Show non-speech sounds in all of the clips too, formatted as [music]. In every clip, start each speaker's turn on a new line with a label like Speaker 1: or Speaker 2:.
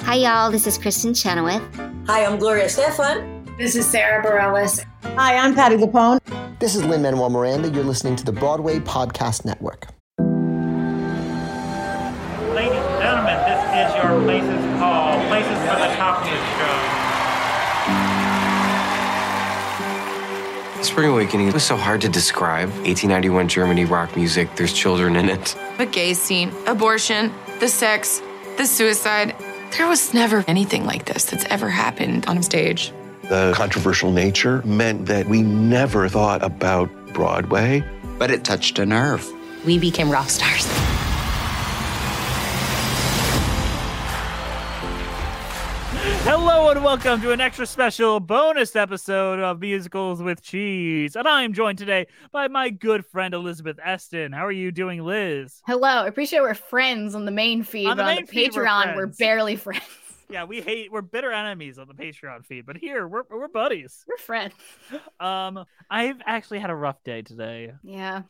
Speaker 1: Hi, y'all. This is Kristen Chenoweth.
Speaker 2: Hi, I'm Gloria Stefan.
Speaker 3: This is Sarah Bareilles.
Speaker 4: Hi, I'm Patty Lapone.
Speaker 5: This is Lynn Manuel Miranda. You're listening to the Broadway Podcast Network.
Speaker 6: Ladies and gentlemen, this is your places call. Places for the Topless Show.
Speaker 7: Spring Awakening was so hard to describe. 1891 Germany rock music, there's children in it.
Speaker 8: the gay scene, abortion, the sex, the suicide. There was never anything like this that's ever happened on stage.
Speaker 9: The controversial nature meant that we never thought about Broadway.
Speaker 10: but it touched a nerve.
Speaker 11: We became rock stars.
Speaker 6: Hello and welcome to an extra special bonus episode of Musicals with Cheese. And I'm joined today by my good friend Elizabeth Eston. How are you doing, Liz?
Speaker 3: Hello. I appreciate we're friends on the main feed,
Speaker 6: On the
Speaker 3: but
Speaker 6: main
Speaker 3: on the
Speaker 6: feed, we're
Speaker 3: Patreon, we're,
Speaker 6: friends.
Speaker 3: barely [laughs] friends.
Speaker 6: Yeah, we hate we're bitter enemies on the Patreon feed, but here we're we're buddies.
Speaker 3: We're friends.
Speaker 6: Um I've actually had a rough day today.
Speaker 3: Yeah.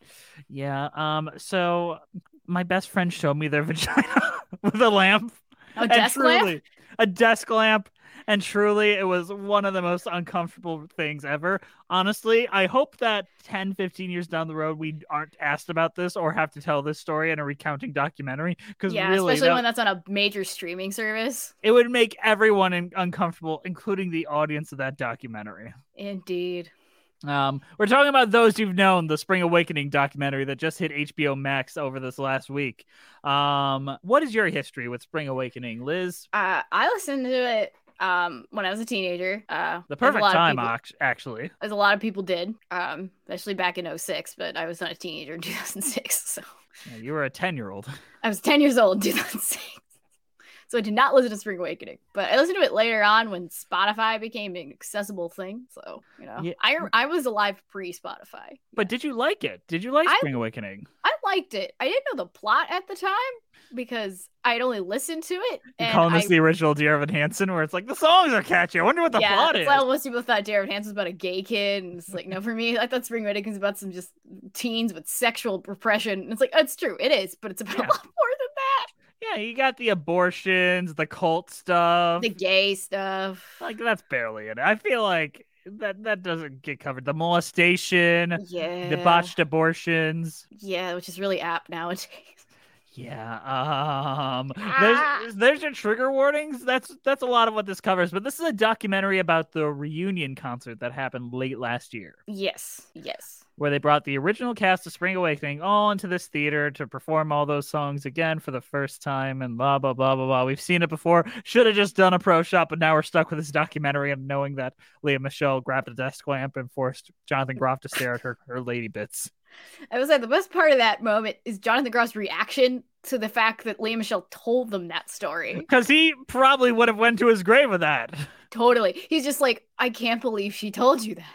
Speaker 6: Yeah. Um so my best friend showed me their [laughs] vagina with a lamp.
Speaker 3: Oh,
Speaker 6: and
Speaker 3: desk lamp?
Speaker 6: truly- A desk lamp. And truly, it was one of the most uncomfortable things ever. Honestly, I hope that 10, 15 years down the road, we aren't asked about this or have to tell this story in a recounting documentary. Because
Speaker 3: Yeah,
Speaker 6: really,
Speaker 3: especially
Speaker 6: that-
Speaker 3: when that's on a major streaming service.
Speaker 6: it would make everyone in- uncomfortable, including the audience of that documentary.
Speaker 3: Indeed.
Speaker 6: Um, we're talking about those you've known, the Spring Awakening documentary that just hit HBO Max over this last week. Um, what is your history with Spring Awakening, Liz?
Speaker 3: Uh, I listened to it um, when I was a teenager. Uh, as
Speaker 6: The
Speaker 3: a
Speaker 6: perfect
Speaker 3: lot of
Speaker 6: time,
Speaker 3: people-
Speaker 6: act- actually.
Speaker 3: As a lot of people did, um, especially back in 06, but I was not a teenager in [laughs] 2006. So
Speaker 6: Yeah, you were a 10 year old.
Speaker 3: I was 10 years old [laughs] in 2006. So I did not listen to Spring Awakening, but I listened to it later on when Spotify became an accessible thing. So, you know,
Speaker 6: Yeah.
Speaker 3: I I was alive pre Spotify.
Speaker 6: [laughs] But did you like it? Did you like
Speaker 3: I-
Speaker 6: Spring Awakening?
Speaker 3: I liked it. I didn't know the plot at the time because I'd only listened to it.
Speaker 6: You're
Speaker 3: And
Speaker 6: calling this
Speaker 3: I,
Speaker 6: the original Dear Evan Hansen, where it's like the songs are catchy. I wonder what the
Speaker 3: yeah,
Speaker 6: plot
Speaker 3: that's
Speaker 6: is.
Speaker 3: why most people thought Jared Hansen was about a gay kid, and it's like, no, for me, I thought Spring Awakening was about some just teens with sexual repression. And it's like, it's true, it is, but it's about
Speaker 6: Yeah.
Speaker 3: a lot more than that.
Speaker 6: yeah, you got the abortions, the cult stuff.
Speaker 3: The gay stuff,
Speaker 6: Like that's barely it. I feel like that that doesn't get covered. The molestation,
Speaker 3: yeah,
Speaker 6: the botched abortions.
Speaker 3: yeah, which is really apt nowadays. [laughs]
Speaker 6: Yeah. Um
Speaker 3: Ah.
Speaker 6: there's there's your trigger warnings. That's that's a lot of what this covers, but this is a documentary about the reunion concert that happened late last year.
Speaker 3: Yes, yes.
Speaker 6: where they brought the original cast of Spring Awakening all into this theater to perform all those songs again for the first time and blah blah blah blah blah. We've seen it before. Should have just done a pro shop, but now we're stuck with this documentary and knowing that Leah Michelle grabbed a desk lamp and forced Jonathan Groff to stare at her, her lady bits.
Speaker 3: I was like, the best part of that moment is Jonathan Groff's reaction to the fact that Leah Michelle told them that [laughs] story.
Speaker 6: Because he probably would have went to his grave with that.
Speaker 3: totally. He's just like, I can't believe she told you that.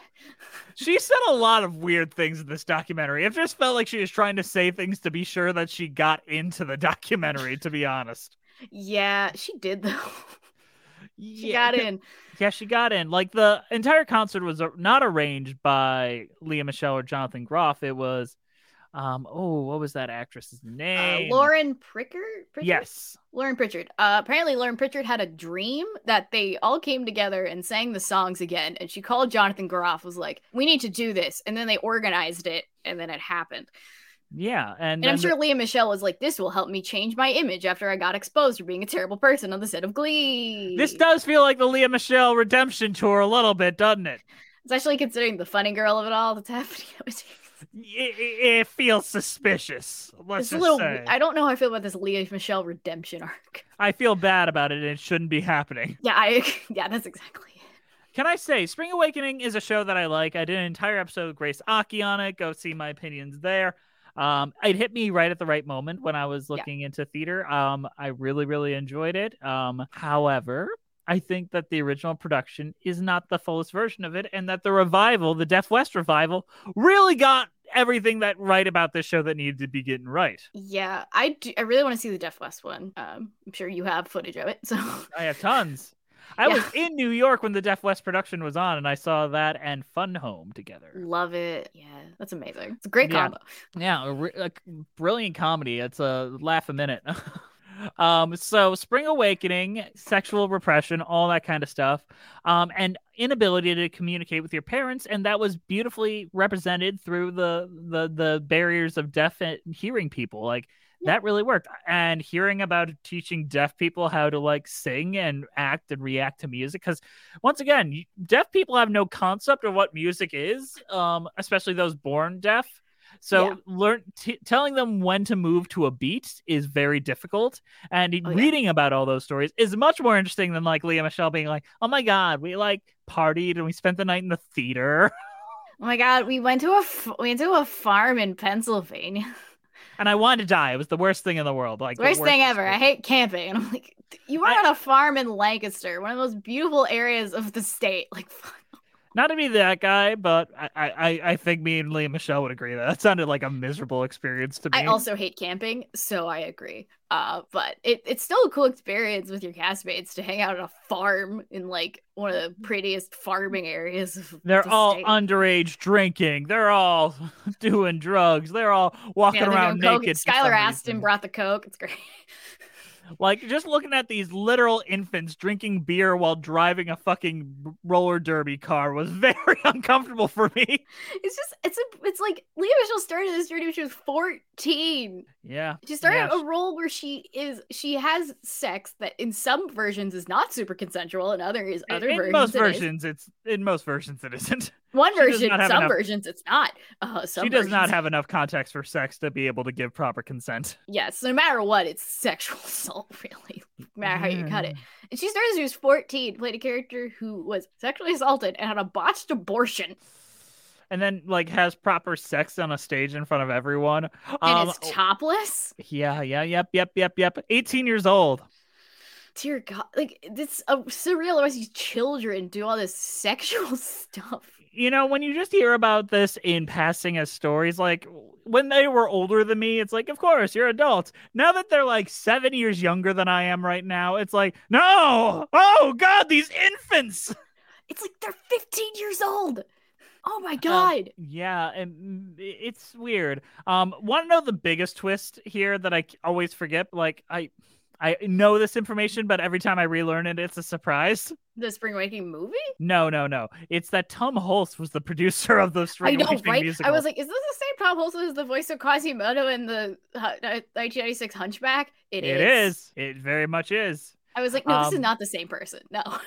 Speaker 6: She said a lot of weird things in this documentary. It just felt like she was trying to say things to be sure that she got into the documentary, to be honest.
Speaker 3: Yeah, she did though. [laughs] she
Speaker 6: Yeah,
Speaker 3: got [laughs] in.
Speaker 6: Yeah, she got in. Like the entire concert was ar- not arranged by Leah Michelle or Jonathan Groff. It was, um, oh, what was that actress's
Speaker 3: Uh,
Speaker 6: name?
Speaker 3: Lauren Pricker? Pritchard?
Speaker 6: Yes.
Speaker 3: Lauren Pritchard. Uh, apparently, Lauren Pritchard had a dream that they all came together and sang the songs again. And she called Jonathan Groff, was like, We need to do this. And then they organized it, and then it happened.
Speaker 6: Yeah,
Speaker 3: And,
Speaker 6: and,
Speaker 3: I'm
Speaker 6: then
Speaker 3: sure Leah Michelle was like, "This will help me change my image after I got exposed for being a terrible person on the set of Glee."
Speaker 6: this does feel like the Leah Michelle redemption tour a little bit, doesn't it?
Speaker 3: especially considering the funny girl of it all that's happening. [laughs] nowadays.
Speaker 6: I- I- It, feels suspicious. Let's
Speaker 3: It's a
Speaker 6: just
Speaker 3: little.
Speaker 6: say.
Speaker 3: I don't know how I feel about this Leah Michelle redemption arc. [laughs]
Speaker 6: I feel bad about it, and it shouldn't be happening.
Speaker 3: Yeah, I. [laughs] Yeah, that's exactly. it.
Speaker 6: Can I say Spring Awakening is a show that I like? I did an entire episode with Grace Aki on it. Go see my opinions there. Um, it hit me right at the right moment when I was looking into theater. Um, I really, really enjoyed it. Um, however, I think that the original production is not the fullest version of it, and that the revival, the Deaf West revival, really got everything that right about this show that needed to be getting right.
Speaker 3: Yeah, I. Do, I really want to see the Deaf West one. Um, I'm sure you have footage of it. [laughs] So
Speaker 6: I have tons. I
Speaker 3: Yeah.
Speaker 6: was in New York when the Deaf West production was on, and I saw that and Fun Home together.
Speaker 3: love it. Yeah, that's amazing. It's a great
Speaker 6: Yeah.
Speaker 3: combo.
Speaker 6: Yeah, a, re- a c- brilliant comedy. It's a laugh a minute. [laughs] Um, so Spring Awakening, sexual repression, all that kind of stuff, um, and inability to communicate with your parents, and that was beautifully represented through the the the barriers of deaf and hearing people. Like that really worked. And hearing about teaching deaf people how to like sing and act and react to music, because once again, you- deaf people have no concept of what music is, um, especially those born deaf. So
Speaker 3: Yeah.
Speaker 6: learn t- telling them when to move to a beat is very difficult, and
Speaker 3: Oh, yeah.
Speaker 6: reading about all those stories is much more interesting than like Leah Michelle being like, "Oh my god, we like partied and we spent the night in the theater." [laughs]
Speaker 3: Oh my god, we went to a f- we went to a farm in Pennsylvania.
Speaker 6: And I wanted to die. It was the worst thing in the world. Like the
Speaker 3: Worst thing ever. I
Speaker 6: experience.
Speaker 3: hate camping. And I'm like, you were
Speaker 6: I-
Speaker 3: on a farm in Lancaster, one of the most beautiful areas of the state. Like, fuck.
Speaker 6: Not to be that guy, but I, I, I- I think me and Leah Michelle would agree that [laughs] that sounded like a miserable experience to me.
Speaker 3: I also hate camping, so I agree. Uh, but it, it's still a cool experience with your castmates to hang out at a farm in like one of the prettiest farming areas. Of
Speaker 6: They're
Speaker 3: the
Speaker 6: all
Speaker 3: state.
Speaker 6: underage drinking. They're all [laughs] doing drugs. They're all walking
Speaker 3: Yeah, they're
Speaker 6: around
Speaker 3: doing coke.
Speaker 6: naked. for
Speaker 3: Skylar
Speaker 6: some
Speaker 3: Aston
Speaker 6: reason.
Speaker 3: brought the coke. It's great. [laughs]
Speaker 6: Like just looking at these literal infants drinking beer while driving a fucking roller derby car was [laughs] very uncomfortable for me.
Speaker 3: It's just it's a it's like Leah Michelle started this journey when she was fourteen.
Speaker 6: Yeah.
Speaker 3: She started
Speaker 6: yeah,
Speaker 3: a role where she is she has sex that in some versions is not super consensual, and other is
Speaker 6: in-
Speaker 3: other
Speaker 6: in
Speaker 3: versions.
Speaker 6: most
Speaker 3: it is.
Speaker 6: versions it's in most versions it isn't. [laughs]
Speaker 3: one
Speaker 6: she does
Speaker 3: version,
Speaker 6: not
Speaker 3: some
Speaker 6: have enough-
Speaker 3: versions it's not. Uh, some
Speaker 6: she does not
Speaker 3: versions-
Speaker 6: have enough context for sex to be able to give proper consent.
Speaker 3: Yes, no matter what, it's sexual [laughs] assault, really. No matter how you cut
Speaker 6: Mm.
Speaker 3: it. And she started as she was 14, played a character who was sexually assaulted and had a botched abortion
Speaker 6: and then like has proper sex on a stage in front of everyone.
Speaker 3: and
Speaker 6: Um,
Speaker 3: is topless.
Speaker 6: yeah, yeah, yep, yep, yep, yep. 18 years old.
Speaker 3: Dear God, like it's a surreal. As these children do all this sexual [laughs] stuff.
Speaker 6: You know, when you just hear about this in passing as stories, like when they were older than me, it's like, of course, you're adults. Now that they're like seven years younger than I am right now, it's like, no, oh God, these infants.
Speaker 3: It's like they're 15 years old. Oh
Speaker 6: Um,
Speaker 3: my God.
Speaker 6: Yeah, and mm, i- it's weird. Um, want to know the biggest twist here that I c- always forget? Like I, I know this information, but every time I relearn it, it's a surprise.
Speaker 3: the Spring Awakening movie?
Speaker 6: No, no, no. It's that Tom Hulse was the [laughs] producer of the
Speaker 3: I
Speaker 6: Spring
Speaker 3: know,
Speaker 6: Awakening
Speaker 3: right?
Speaker 6: musical.
Speaker 3: I was like, is this the same Tom Hulse as the voice of Quasimodo in the uh, 1996 Hunchback?
Speaker 6: it is. It very much is.
Speaker 3: I was like, no, this is
Speaker 6: Um,
Speaker 3: not the same person. No. [laughs]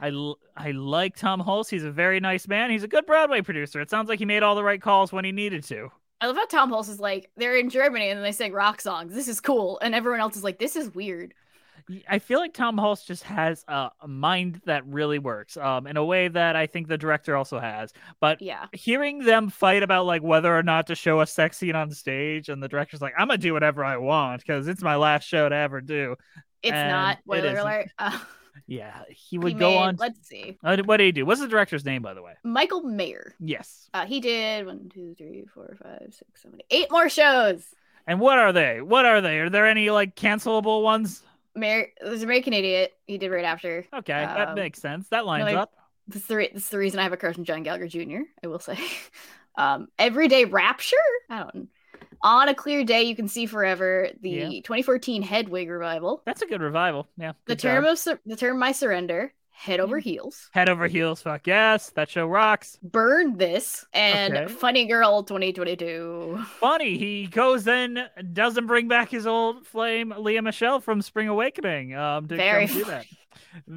Speaker 6: I, l- I like Tom Hulse. He's a very nice man. He's a good Broadway producer. It sounds like he made all the right calls when he needed to.
Speaker 3: I love how Tom Hulse is like, they're in Germany and they sing rock songs. This is cool. And everyone else is like, this is weird.
Speaker 6: Y- I feel like Tom Hulse just has a a mind that really works, um, in a way that I think the director also has. But
Speaker 3: Yeah.
Speaker 6: hearing them fight about like whether or not to show a sex scene on stage, and the director's like, "I'm gonna do whatever I want because it's my last show to ever do."
Speaker 3: It's
Speaker 6: And
Speaker 3: not.
Speaker 6: it
Speaker 3: Spoiler
Speaker 6: isn't.
Speaker 3: alert.
Speaker 6: [laughs]
Speaker 3: Uh,
Speaker 6: Yeah, he
Speaker 3: he
Speaker 6: would go
Speaker 3: made-
Speaker 6: on.
Speaker 3: Let's see.
Speaker 6: Uh, what did he do? What's the director's name, by the way?
Speaker 3: Michael Mayer.
Speaker 6: Yes.
Speaker 3: Uh, he did one, two, three, four, five, six, seven, eight, eight more shows.
Speaker 6: And what are they? What are they? Are there any like cancelable ones?
Speaker 3: Mer- There's American Idiot. He did right after.
Speaker 6: Okay, that
Speaker 3: Um,
Speaker 6: makes sense. That lines
Speaker 3: I-
Speaker 6: up.
Speaker 3: This is, the re- this is the reason I have a crush on John Gallagher Jr., I will say. [laughs] Um, Everyday Rapture? I don't know. On a Clear Day You Can See Forever, the
Speaker 6: Yeah.
Speaker 3: 2014 Hedwig revival,
Speaker 6: That's a good revival. Yeah.
Speaker 3: the
Speaker 6: good job. Mm.
Speaker 3: term of sur- the term My Surrender, Head Over Heels,
Speaker 6: Head over heels, fuck yes. That show rocks.
Speaker 3: Burn This, and
Speaker 6: Okay.
Speaker 3: Funny Girl 2022.
Speaker 6: funny. He goes in, doesn't bring back his old flame, Leah Michelle from Spring Awakening. Um, to
Speaker 3: Very
Speaker 6: come do that.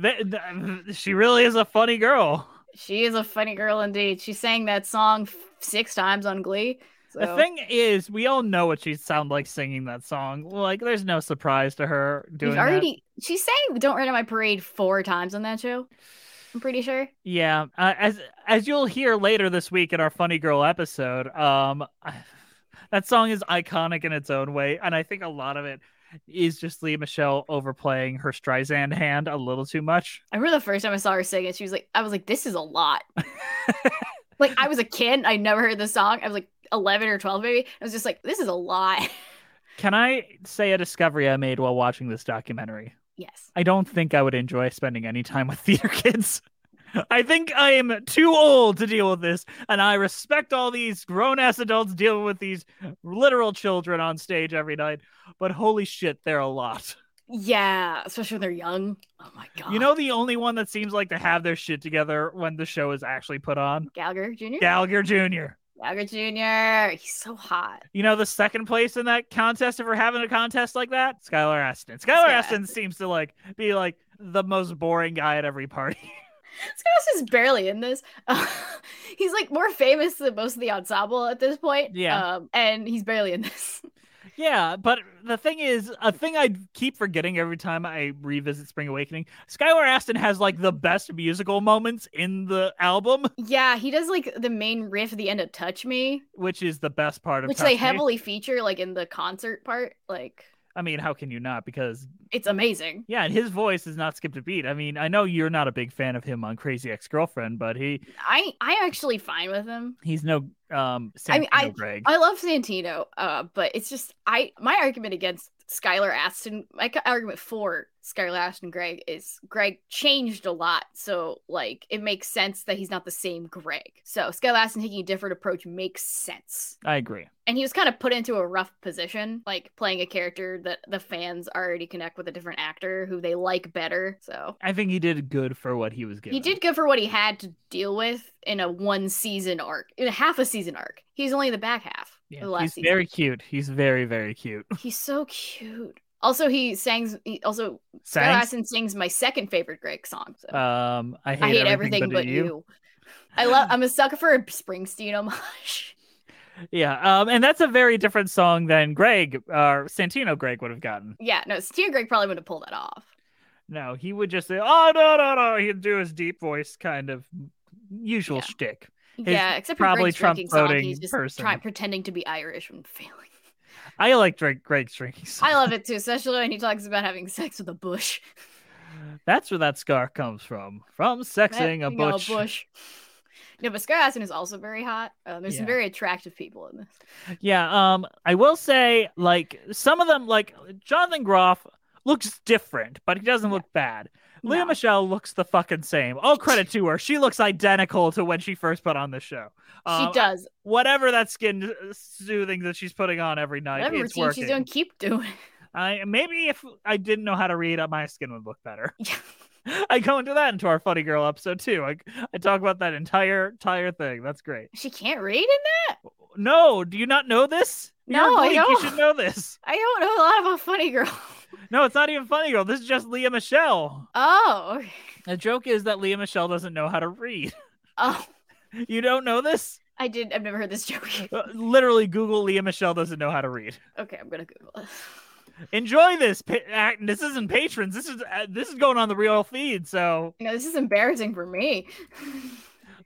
Speaker 6: Th- th- she really is a funny girl.
Speaker 3: She is a funny girl indeed. She sang that song f- six times on Glee. So
Speaker 6: The thing is, we all know what she sound like singing that song. Like, there's no surprise to her doing
Speaker 3: we've
Speaker 6: that.
Speaker 3: already she sang "Don't Rain on My Parade" four times on that show. I'm pretty sure.
Speaker 6: Yeah, uh, as as you'll hear later this week in our Funny Girl episode, um, [sighs] that song is iconic in its own way, and I think a lot of it is just Leah Michelle overplaying her Streisand hand a little too much.
Speaker 3: I remember the first time I saw her sing it, she was like, I was like, this is a [laughs] lot. like, I was a kid, and I never heard this song. I was like 11 or 12, maybe. I was just like, this is a lot. [laughs]
Speaker 6: Can I say a discovery I made while watching this documentary?
Speaker 3: yes.
Speaker 6: [laughs] I don't think I would enjoy spending any time with theater kids. I think I am too old to deal with this, and I respect all these grown ass adults dealing with these literal children on stage every night. But holy shit, they're a lot.
Speaker 3: Yeah, especially when they're young. Oh my god.
Speaker 6: You know the only one that seems like to have their shit together when the show is actually put on?
Speaker 3: Gallagher Jr.
Speaker 6: Gallagher Jr.
Speaker 3: Gallagher Jr. He's so hot.
Speaker 6: You know the second place in that contest if we're having a contest like that? Skylar Aston. Skylar
Speaker 3: Skylar
Speaker 6: Aston seems to like be like the most boring guy at every party. [laughs]
Speaker 3: Scouse is barely in this. [laughs] he's like more famous than most of the ensemble at this point.
Speaker 6: Yeah.
Speaker 3: Um, and he's barely in this. [laughs]
Speaker 6: yeah, but the thing is, a thing I keep forgetting every time I revisit Spring Awakening, Skylar Aston has like the best musical moments in the album,
Speaker 3: yeah, he does like the main riff at the end of Touch Me,
Speaker 6: which is the best part of
Speaker 3: which
Speaker 6: Touch
Speaker 3: they
Speaker 6: Me.
Speaker 3: heavily feature like in the concert part. Like
Speaker 6: I mean, how can you not? Because
Speaker 3: it's amazing.
Speaker 6: Yeah, and his voice is not skipped a beat. I mean, I know you're not a big fan of him on Crazy Ex-Girlfriend, but he
Speaker 3: I I'm actually fine with him.
Speaker 6: he's no um
Speaker 3: I
Speaker 6: Santino
Speaker 3: mean, I-
Speaker 6: Greg.
Speaker 3: I love Santino, uh, but it's just I my argument against Skylar Aston, my c- argument for Skylar Aston Greg is Greg changed a lot, so like it makes sense that he's not the same Greg. So Skylar Aston taking a different approach makes sense,
Speaker 6: I agree.
Speaker 3: and he was kind of put into a rough position, like playing a character that the fans already connect with a different actor who they like better. So
Speaker 6: I think he did good for what he was given.
Speaker 3: he did good for what he had to deal with in a one season arc, in a half a season arc. He's only in the back half. of
Speaker 6: Yeah,
Speaker 3: the last
Speaker 6: he's
Speaker 3: season.
Speaker 6: very cute. He's very very cute.
Speaker 3: He's so cute. Also, he sings. He also Sarah
Speaker 6: Sang,
Speaker 3: Aston sings my second favorite Greg song. So.
Speaker 6: um, I hate,
Speaker 3: I hate everything, but, you. I love. I'm a sucker for a Springsteen homage. [laughs]
Speaker 6: Yeah, um, and that's a very different song than Greg or Santino Greg would have gotten.
Speaker 3: yeah, no, Steer Greg probably would have pulled that off.
Speaker 6: No, he would just say, "Oh no no no," he'd do his deep voice kind of usual
Speaker 3: Yeah.
Speaker 6: shtick. He's
Speaker 3: yeah, except for
Speaker 6: probably
Speaker 3: Greg's drinking song,
Speaker 6: Trump-voting
Speaker 3: he's just
Speaker 6: person.
Speaker 3: trying pretending to be Irish and failing.
Speaker 6: I like Drake, Greg's drinking. Song.
Speaker 3: I love it too, especially when he talks about having sex with a bush.
Speaker 6: That's where that scar comes from. From sexing a
Speaker 3: Having
Speaker 6: butch. [laughs]
Speaker 3: No, but Skylar Aston is also very hot. Uh, there's some
Speaker 6: Yeah.
Speaker 3: very attractive people in this.
Speaker 6: Yeah, um I will say like some of them like Jonathan Groff looks different, but he doesn't look bad. Leah
Speaker 3: No.
Speaker 6: Michelle looks the fucking same. All credit to her. She looks identical to when she first put on the show. Um,
Speaker 3: she does.
Speaker 6: Whatever that skin soothing that she's putting on every night,
Speaker 3: Whatever
Speaker 6: it's
Speaker 3: routine
Speaker 6: working.
Speaker 3: she's doing, keep doing.
Speaker 6: I maybe if I didn't know how to read, uh, my skin would look better. [laughs]
Speaker 3: [laughs] Yeah.
Speaker 6: I go into that into our funny girl episode too. I I talk about that entire entire thing. That's great.
Speaker 3: She can't read in that?
Speaker 6: No, do you not know this? You're
Speaker 3: No, I
Speaker 6: Greek, You
Speaker 3: don't.
Speaker 6: should know this.
Speaker 3: I don't know a lot about Funny Girl. [laughs]
Speaker 6: No, it's not even funny, girl. This is just Leah Michelle.
Speaker 3: Oh. okay.
Speaker 6: The joke is that Leah Michelle doesn't know how to read. [laughs]
Speaker 3: Oh,
Speaker 6: You don't know this?
Speaker 3: I did. I've never heard this joke. [laughs]
Speaker 6: Uh, Literally, Google Leah Michelle doesn't know how to read.
Speaker 3: Okay, I'm going to Google it. [laughs]
Speaker 6: Enjoy this. pa- uh, This isn't patrons. This is uh, this is going on the real feed. So,
Speaker 3: You know, this is embarrassing for me. [laughs]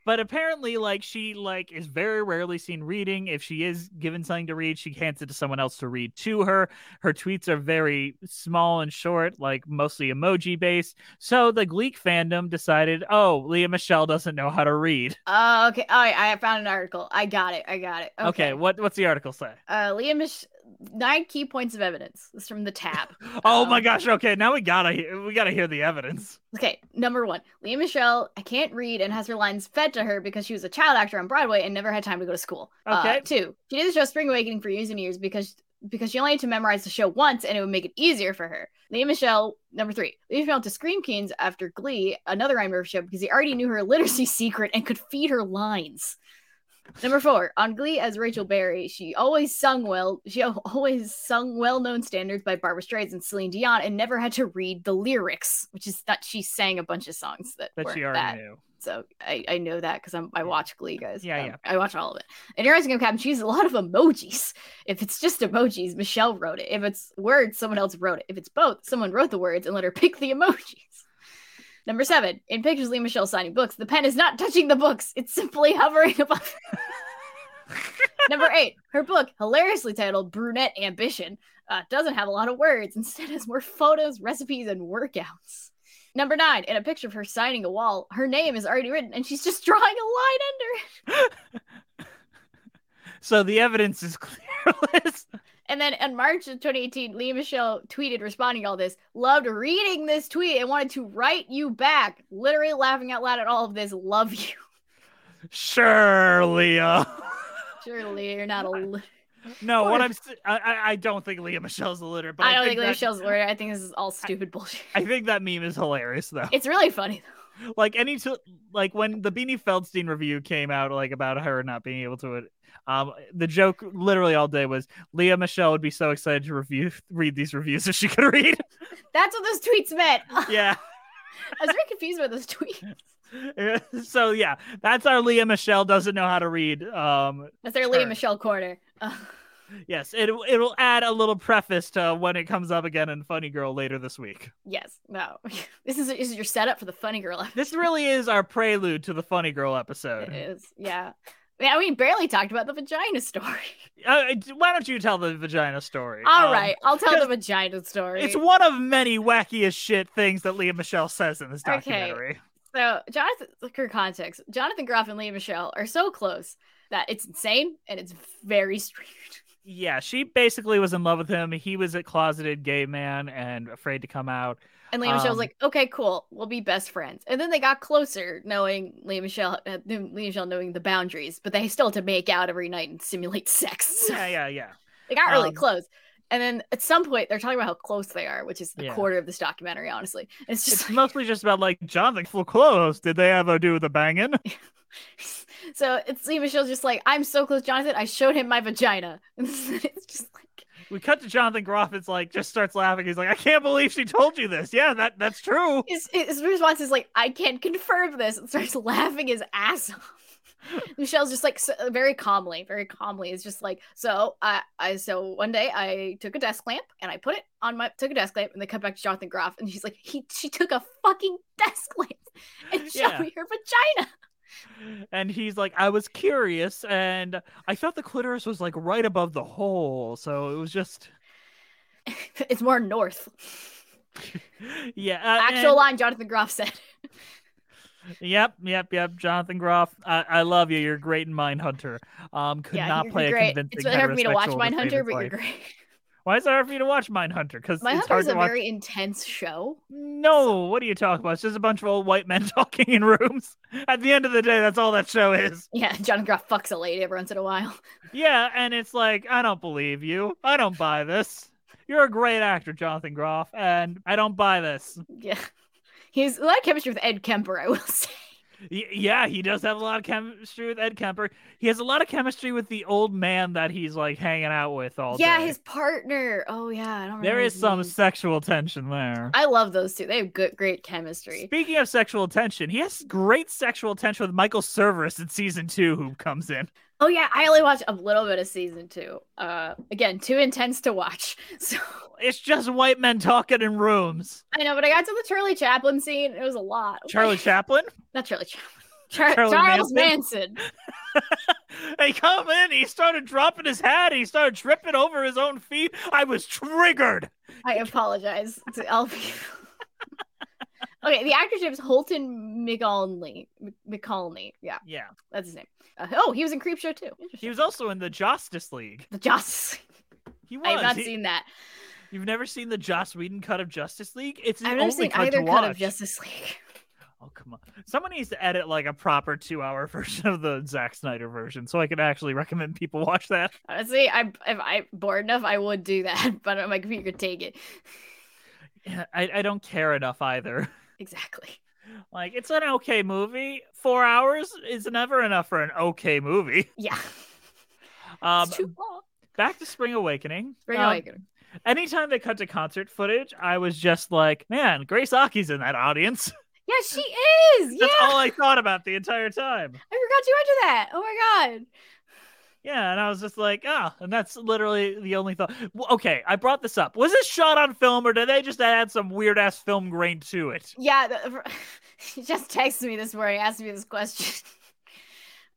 Speaker 6: but apparently, like she like is very rarely seen reading. If she is given something to read, she hands it to someone else to read to her. Her tweets are very small and short, like mostly emoji based. So the Gleek fandom decided, oh, Leah Michelle doesn't know how to read.
Speaker 3: Oh, okay. All right, I found an article. I got it. I got it.
Speaker 6: Okay.
Speaker 3: Okay.
Speaker 6: what what's the article say?
Speaker 3: Uh, Liam Mich- nine key points of evidence. This is from the tab.
Speaker 6: Oh my
Speaker 3: Um,
Speaker 6: gosh. Okay, now we gotta hear, we gotta hear the evidence.
Speaker 3: Okay, number one, Leah Michelle, I can't read and has her lines fed to her because she was a child actor on Broadway and never had time to go to school. Uh,
Speaker 6: Okay.
Speaker 3: two, she did the show Spring Awakening for years and years because because she only had to memorize the show once and it would make it easier for her. Leah Michelle, number three, Leah Michelle went to Scream Queens after Glee, another rhyme show, because he already knew her literacy [laughs] secret and could feed her lines. Number four, on Glee as Rachel Berry, she always sung well. She al- always sung well-known standards by Barbara Streisand, Celine Dion, and never had to read the lyrics, which is that she sang a bunch of songs that,
Speaker 6: That
Speaker 3: were
Speaker 6: she already
Speaker 3: that.
Speaker 6: knew.
Speaker 3: So I, I know that because I'm I watch Glee, guys.
Speaker 6: Yeah,
Speaker 3: Um,
Speaker 6: yeah.
Speaker 3: I watch all of it. And your Instagram caption, she uses a lot of emojis. If it's just emojis, Michelle wrote it. If it's words, someone else wrote it. If it's both, someone wrote the words and let her pick the emojis. Number seven, in pictures, Lee Michelle signing books, the pen is not touching the books. It's simply [laughs] hovering above. Number eight, her book, hilariously titled Brunette Ambition, uh, doesn't have a lot of words. Instead, has more photos, recipes, and workouts. Number nine, in a picture of her signing a wall, her name is already written and she's [laughs] just drawing a line under it.
Speaker 6: So the evidence is [laughs] clearless.
Speaker 3: And then in March of 2018, Leah Michelle tweeted responding to all this, loved reading this tweet and wanted to write you back, literally laughing out loud at all of this. Love you. [laughs]
Speaker 6: Sure, Leah.
Speaker 3: Surely you're not a. Li-
Speaker 6: No,
Speaker 3: Or-
Speaker 6: what I'm si I, I don't think Leah Michelle's a litter, but
Speaker 3: I don't think
Speaker 6: that,
Speaker 3: Leah [laughs] Michelle's lawyer. I think this is all stupid bullshit.
Speaker 6: I think that meme is hilarious though.
Speaker 3: [laughs] it's really funny.
Speaker 6: like any t- like when the Beanie Feldstein review came out like about her not being able to um the joke literally all day was Leah Michelle would be so excited to review read these reviews if she could read. [laughs]
Speaker 3: That's what those tweets [laughs] meant. I
Speaker 6: yeah. [laughs]
Speaker 3: was very confused by those tweets.
Speaker 6: so yeah, that's our Leah Michelle doesn't know how to read. Um
Speaker 3: That's their Leah
Speaker 6: Sure.
Speaker 3: Michelle corner. [laughs] Uh,
Speaker 6: yes, it it'll add a little preface to when it comes up again in Funny Girl later this week.
Speaker 3: yes. No. [laughs] this is this is your setup for the funny girl. [laughs] episode.
Speaker 6: This really is our prelude to the Funny Girl episode.
Speaker 3: It
Speaker 6: [laughs]
Speaker 3: is. Yeah. Yeah, we barely talked about the vagina story.
Speaker 6: [laughs] Uh, d- why don't you tell the vagina story?
Speaker 3: All
Speaker 6: Um,
Speaker 3: right, I'll tell the vagina story.
Speaker 6: It's one of many wacky as shit things that Leah Michelle says in this
Speaker 3: Okay.
Speaker 6: documentary.
Speaker 3: So, Jonathan, look for context, Jonathan Groff and Leah Michelle are so close that it's insane and it's very [laughs] strange.
Speaker 6: Yeah, she basically was in love with him. He was a closeted gay man and afraid to come
Speaker 3: [laughs]
Speaker 6: out.
Speaker 3: And Leah Michelle was
Speaker 6: Um,
Speaker 3: like, "Okay, cool, we'll be best friends." And then they got closer, knowing Leah Michelle, uh, Leah Michelle knowing the boundaries, but they still had to make out every night and simulate [laughs] sex.
Speaker 6: Yeah, yeah, yeah.
Speaker 3: They got really
Speaker 6: Um,
Speaker 3: close. And then at some point, they're talking about how close they are, which is a
Speaker 6: Yeah.
Speaker 3: quarter of this documentary, honestly. And it's just
Speaker 6: It's mostly just about like Jonathan full close. Did they ever do the banging?
Speaker 3: [laughs] so it's Leah Michelle's just like, I'm so close, Jonathan. I showed him my vagina. [laughs] And it's just like,
Speaker 6: We cut to Jonathan Groff. It's like just starts laughing. He's like, I can't believe she told you this. Yeah, that that's true.
Speaker 3: his, his response is like, I can't confirm this. And starts laughing his ass off. [laughs] Michelle's just like, so, very calmly, very calmly, is just like, so I, I, so one day I took a desk lamp and I put it on my, took a desk lamp and they cut back to Jonathan Groff and she's like, he, she took a fucking desk lamp and showed
Speaker 6: Yeah.
Speaker 3: me her vagina. [laughs]
Speaker 6: And he's like, I was curious, and I thought the clitoris was like right above the hole, so it was just
Speaker 3: it's more north.
Speaker 6: yeah. uh,
Speaker 3: Actual
Speaker 6: and-
Speaker 3: line Jonathan Groff said.
Speaker 6: Yep, yep, yep. Jonathan Groff, I, I love you. You're great in Mindhunter. Um, could not
Speaker 3: you're
Speaker 6: play a
Speaker 3: great.
Speaker 6: convincing.
Speaker 3: It's really hard for me to watch
Speaker 6: heterosexual to save
Speaker 3: Mindhunter,
Speaker 6: his
Speaker 3: but you're
Speaker 6: life.
Speaker 3: great. [laughs]
Speaker 6: Why is it hard for you to watch Mindhunter? Because it's
Speaker 3: Mindhunter
Speaker 6: hard
Speaker 3: is
Speaker 6: to
Speaker 3: a
Speaker 6: watch.
Speaker 3: very intense show.
Speaker 6: No, what are you talking about? It's just a bunch of old white men [laughs] talking in rooms. At the end of the day, that's all that show is.
Speaker 3: Yeah, [laughs] John Groff fucks a lady every once in a while. [laughs]
Speaker 6: Yeah, and it's like I don't believe you. I don't buy this. You're a great actor, Jonathan Groff, and I don't buy this.
Speaker 3: Yeah. He's a lot of chemistry with Ed Kemper, I will [laughs] say.
Speaker 6: Y- yeah, he does have a lot of chemistry with Ed Kemper. He has a lot of chemistry with the old man that he's like hanging out with all
Speaker 3: yeah,
Speaker 6: day.
Speaker 3: his partner. Oh yeah, I don't.
Speaker 6: There
Speaker 3: remember
Speaker 6: is
Speaker 3: his
Speaker 6: some
Speaker 3: name.
Speaker 6: sexual tension there.
Speaker 3: I love those two. They have good, great chemistry.
Speaker 6: Speaking of sexual tension, he has great sexual tension with Michael Cerverus in season two, who comes in.
Speaker 3: Oh yeah, I only watched a little bit of season two. Uh, again, too intense to watch. [laughs] So
Speaker 6: It's just white men talking in rooms.
Speaker 3: I know, but I got to the Charlie Chaplin scene. It was a lot.
Speaker 6: Charlie Chaplin,
Speaker 3: [laughs] not Charlie Chaplin. Char-
Speaker 6: Charlie
Speaker 3: Charles
Speaker 6: Manson?
Speaker 3: Manson.
Speaker 6: they come in. He started dropping his hat. He started tripping over his own feet. I was triggered.
Speaker 3: I apologize to all people. [laughs] okay, the actor's name is Holton McColney. McColney, yeah,
Speaker 6: Yeah,
Speaker 3: that's his name. Uh, oh, he was in Creepshow too.
Speaker 6: he was also in the Justice League.
Speaker 3: the Joss.
Speaker 6: He was.
Speaker 3: I have not
Speaker 6: He-
Speaker 3: seen that.
Speaker 6: You've never seen the Joss Whedon cut of Justice League? It's the
Speaker 3: I've never
Speaker 6: only
Speaker 3: seen
Speaker 6: cut
Speaker 3: either
Speaker 6: to
Speaker 3: cut
Speaker 6: watch.
Speaker 3: of Justice League. [laughs]
Speaker 6: Oh come on! Someone needs to edit like a proper two-hour [laughs] version of the Zack Snyder version, so I can actually recommend people watch that.
Speaker 3: Honestly, I if I'm bored enough, I would do that, [laughs] but my computer could take it.
Speaker 6: Yeah, I, I don't care enough either. [laughs]
Speaker 3: Exactly.
Speaker 6: Like it's an okay movie. Four hours is never enough for an okay movie.
Speaker 3: Yeah.
Speaker 6: Um,
Speaker 3: it's too long.
Speaker 6: back to Spring Awakening.
Speaker 3: Spring
Speaker 6: Um,
Speaker 3: Awakening.
Speaker 6: Anytime they cut to concert footage, I was just like, man, Grace Aki's in that audience. [laughs]
Speaker 3: Yeah, she is. Yeah,
Speaker 6: That's all I thought about the entire
Speaker 3: I
Speaker 6: time.
Speaker 3: forgot you mentioned that. Oh my god.
Speaker 6: Yeah, and I was just like, ah, and that's literally the only thought. W- Okay, I brought this up. Was this shot on film, or did they just add some weird ass film grain to it?
Speaker 3: Yeah, the, [laughs] he just texted me this morning, asked me this question. [laughs]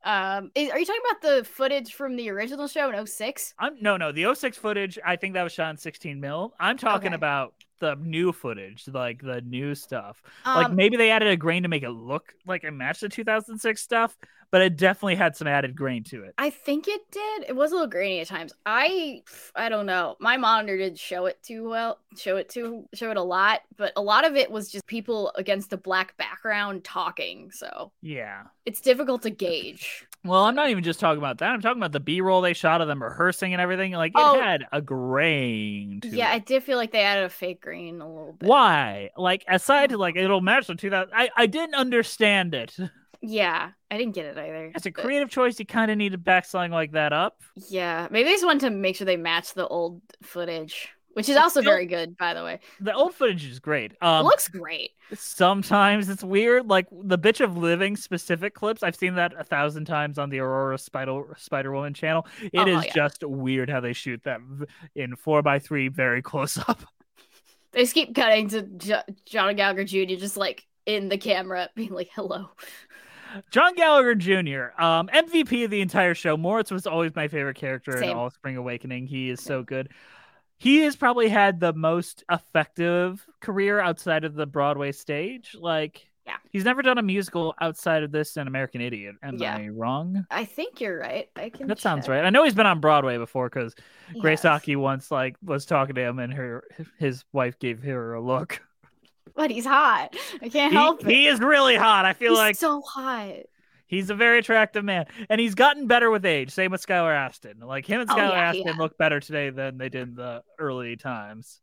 Speaker 3: Um, is, are you talking about the footage from the original show in 06?
Speaker 6: I'm no, no. The 06 footage, I think that was shot in 16 mil. I'm talking
Speaker 3: Okay.
Speaker 6: about the new footage, like the new stuff. like
Speaker 3: Um,
Speaker 6: maybe they added a grain to make it look like it matched the 2006 stuff, but it definitely had some added grain to it.
Speaker 3: I think it did. It was a little grainy at times. I I don't know. My monitor did show it too well, show it too show it a lot, but a lot of it was just people against a black background talking. So
Speaker 6: Yeah.
Speaker 3: it's difficult to gauge.
Speaker 6: Well, I'm not even just talking about that. I'm talking about the B-roll they shot of them rehearsing and everything. Like it
Speaker 3: Oh.
Speaker 6: had a grain. To
Speaker 3: Yeah,
Speaker 6: it.
Speaker 3: I did feel like they added a fake green a little bit.
Speaker 6: Why? Like aside to
Speaker 3: Oh.
Speaker 6: like it'll match the 2000. I I didn't understand it. [laughs]
Speaker 3: Yeah, I didn't get it either.
Speaker 6: As a
Speaker 3: but-
Speaker 6: creative choice, you kind of need to back something like that up.
Speaker 3: Yeah, maybe they just wanted to make sure they match the old footage, which is also
Speaker 6: still-
Speaker 3: very good, by the way.
Speaker 6: The old footage is great.
Speaker 3: It
Speaker 6: Um,
Speaker 3: looks great.
Speaker 6: sometimes it's weird. Like the bitch of living specific clips. I've seen that a thousand times on the Aurora Spider Spider Woman channel. It
Speaker 3: Oh,
Speaker 6: is
Speaker 3: yeah.
Speaker 6: just weird how they shoot that v- in four by three, very close up.
Speaker 3: They just keep cutting to jo- John Gallagher Jr. just like in the camera, [laughs] being like, "Hello."
Speaker 6: John Gallagher Jr., um, MVP of the entire show. Moritz was always my favorite character in
Speaker 3: Same.
Speaker 6: all Spring Awakening. He is so good. He has probably had the most effective career outside of the Broadway stage. Like,
Speaker 3: Yeah.
Speaker 6: he's never done a musical outside of this and American Idiot. Am
Speaker 3: Yeah.
Speaker 6: I wrong?
Speaker 3: I think you're right. I can.
Speaker 6: That sounds
Speaker 3: check.
Speaker 6: right. I know he's been on Broadway before because Grace
Speaker 3: Yes.
Speaker 6: Aki once like was talking to him and her his wife gave her a look.
Speaker 3: But he's hot. I can't
Speaker 6: He,
Speaker 3: help it.
Speaker 6: he is really hot. I feel
Speaker 3: he's
Speaker 6: like
Speaker 3: so hot.
Speaker 6: He's a very attractive man, and he's gotten better with age. Same with Skylar Aston. Like him and
Speaker 3: Oh,
Speaker 6: Skylar
Speaker 3: yeah,
Speaker 6: Aston
Speaker 3: yeah.
Speaker 6: look better today than they did in the early times.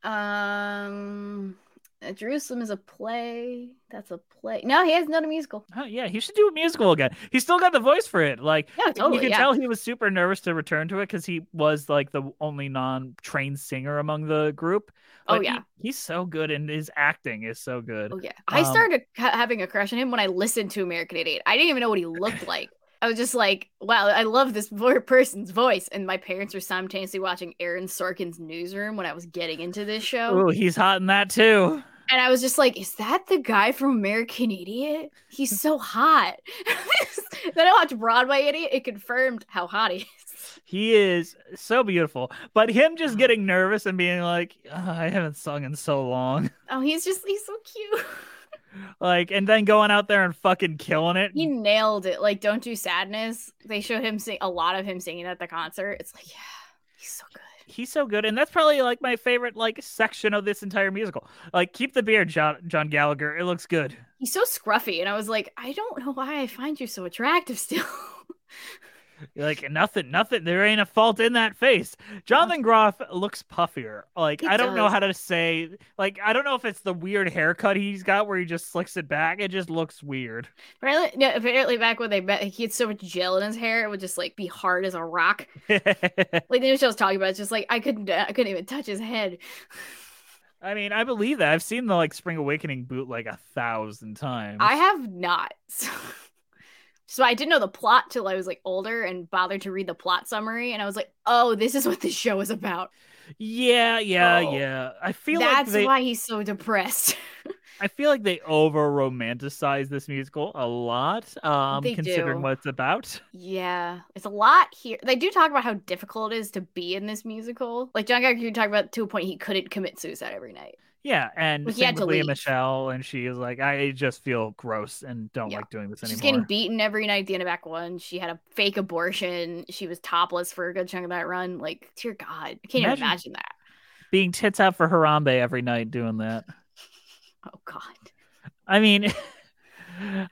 Speaker 3: Um, uh, Jerusalem is a play. That's a play. No, he has not a musical.
Speaker 6: Oh yeah, he should do a musical again. He's still got the voice for it. Like
Speaker 3: No, totally.
Speaker 6: you could
Speaker 3: yeah.
Speaker 6: tell he was super nervous to return to it because he was like the only non-trained singer among the group.
Speaker 3: Oh,
Speaker 6: But he-
Speaker 3: yeah.
Speaker 6: he's so good, and his acting is so good.
Speaker 3: Oh yeah, I
Speaker 6: Um,
Speaker 3: started ha- having a crush on him when I listened to American Idiot. I didn't even know what he looked like. I was just like, wow, I love this vo- person's voice. And my parents were simultaneously watching Aaron Sorkin's Newsroom when I was getting into this show,
Speaker 6: Oh, he's hot in that too.
Speaker 3: and I was just like, is that the guy from American Idiot? He's so hot. [laughs] then I watched Broadway Idiot. It confirmed how hot he is.
Speaker 6: He is so beautiful. But
Speaker 3: [gasps]
Speaker 6: him just getting nervous and being like, "Ah, I haven't sung in so long.
Speaker 3: Oh, he's just he's so cute.
Speaker 6: Like, and then going out there and fucking killing it.
Speaker 3: he nailed it. Like, don't do sadness. They showed him sing a lot of him singing at the concert. It's like, yeah, he's so good.
Speaker 6: He's so good, and that's probably like my favorite like section of this entire musical. Like, keep the beard, John, John Gallagher. It looks good.
Speaker 3: he's so scruffy and i was like i don't know why i find you so attractive still [laughs]
Speaker 6: Like nothing, nothing. There ain't a fault in that face. Jonathan Groff looks puffier. Like
Speaker 3: He
Speaker 6: I don't know
Speaker 3: does.
Speaker 6: how to say. Like I don't know if it's the weird haircut he's got where he just slicks it back. It just
Speaker 3: [laughs]
Speaker 6: looks weird.
Speaker 3: apparently, no, apparently back when they met he had so much gel in his hair it would just like be hard as a rock like the news show was talking about it's just like i couldn't uh, i couldn't even touch his head
Speaker 6: I mean, I believe that. I've seen the like Spring Awakening boot like a thousand times.
Speaker 3: i have not [laughs] so, so i didn't know the plot till i was like older and bothered to read the plot summary and i was like oh this is what this show is about
Speaker 6: Yeah, yeah,
Speaker 3: Oh.
Speaker 6: yeah. I feel
Speaker 3: that's
Speaker 6: like they,
Speaker 3: why he's so depressed
Speaker 6: I feel like they over romanticize this musical a lot, um,
Speaker 3: They
Speaker 6: considering
Speaker 3: do.
Speaker 6: what it's about.
Speaker 3: Yeah, it's a lot here. They do talk about how difficult it is to be in this musical. Like John Gallagher talked about to a point he couldn't commit suicide every night.
Speaker 6: Yeah, and
Speaker 3: Well, he
Speaker 6: same
Speaker 3: had
Speaker 6: with
Speaker 3: to
Speaker 6: Leah
Speaker 3: leave.
Speaker 6: Michelle, and she is like, I just feel gross and don't
Speaker 3: Yeah.
Speaker 6: like doing this
Speaker 3: She's
Speaker 6: anymore.
Speaker 3: getting beaten every night at the end of Act One. She had a fake abortion. She was topless for a good chunk of that run. Like, dear God, I can't even
Speaker 6: Imagine-
Speaker 3: imagine that.
Speaker 6: Being tits out for Harambe every night doing that.
Speaker 3: Oh God.
Speaker 6: I mean, [laughs]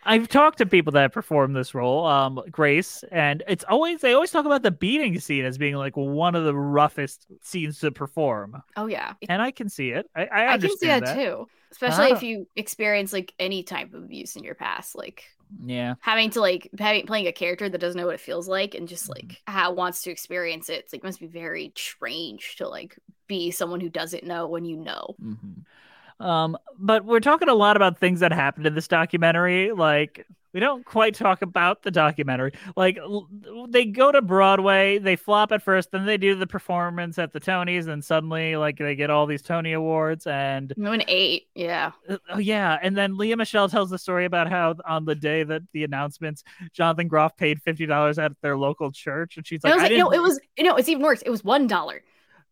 Speaker 6: I've talked to people that perform this role, um, Grace, and it's always they always talk about the beating scene as being like one of the roughest scenes to perform,
Speaker 3: Oh yeah.
Speaker 6: and I can see it. I, I
Speaker 3: I, can see that,
Speaker 6: understand
Speaker 3: too. Especially
Speaker 6: Ah.
Speaker 3: if you experience like any type of abuse in your past, like
Speaker 6: Yeah.
Speaker 3: having to like having playing a character that doesn't know what it feels like and just
Speaker 6: Mm-hmm.
Speaker 3: like how it wants to experience it. It's like must be very strange to like be someone who doesn't know when you know.
Speaker 6: Mm-hmm. Um, but we're talking a lot about things that happened in this documentary. Like we don't quite talk about the documentary. Like l- they go to Broadway, they flop at first, then they do the performance at the Tonys, and suddenly like they get all these Tony awards. And
Speaker 3: No an eight, yeah.
Speaker 6: uh, oh yeah, and then Leah Michelle tells the story about how on the day that the announcements, Jonathan Groff paid fifty dollars at their local church, and she's
Speaker 3: And
Speaker 6: like,
Speaker 3: I was
Speaker 6: I
Speaker 3: like, no,
Speaker 6: didn't-
Speaker 3: it was no, it's even worse. It was one dollar.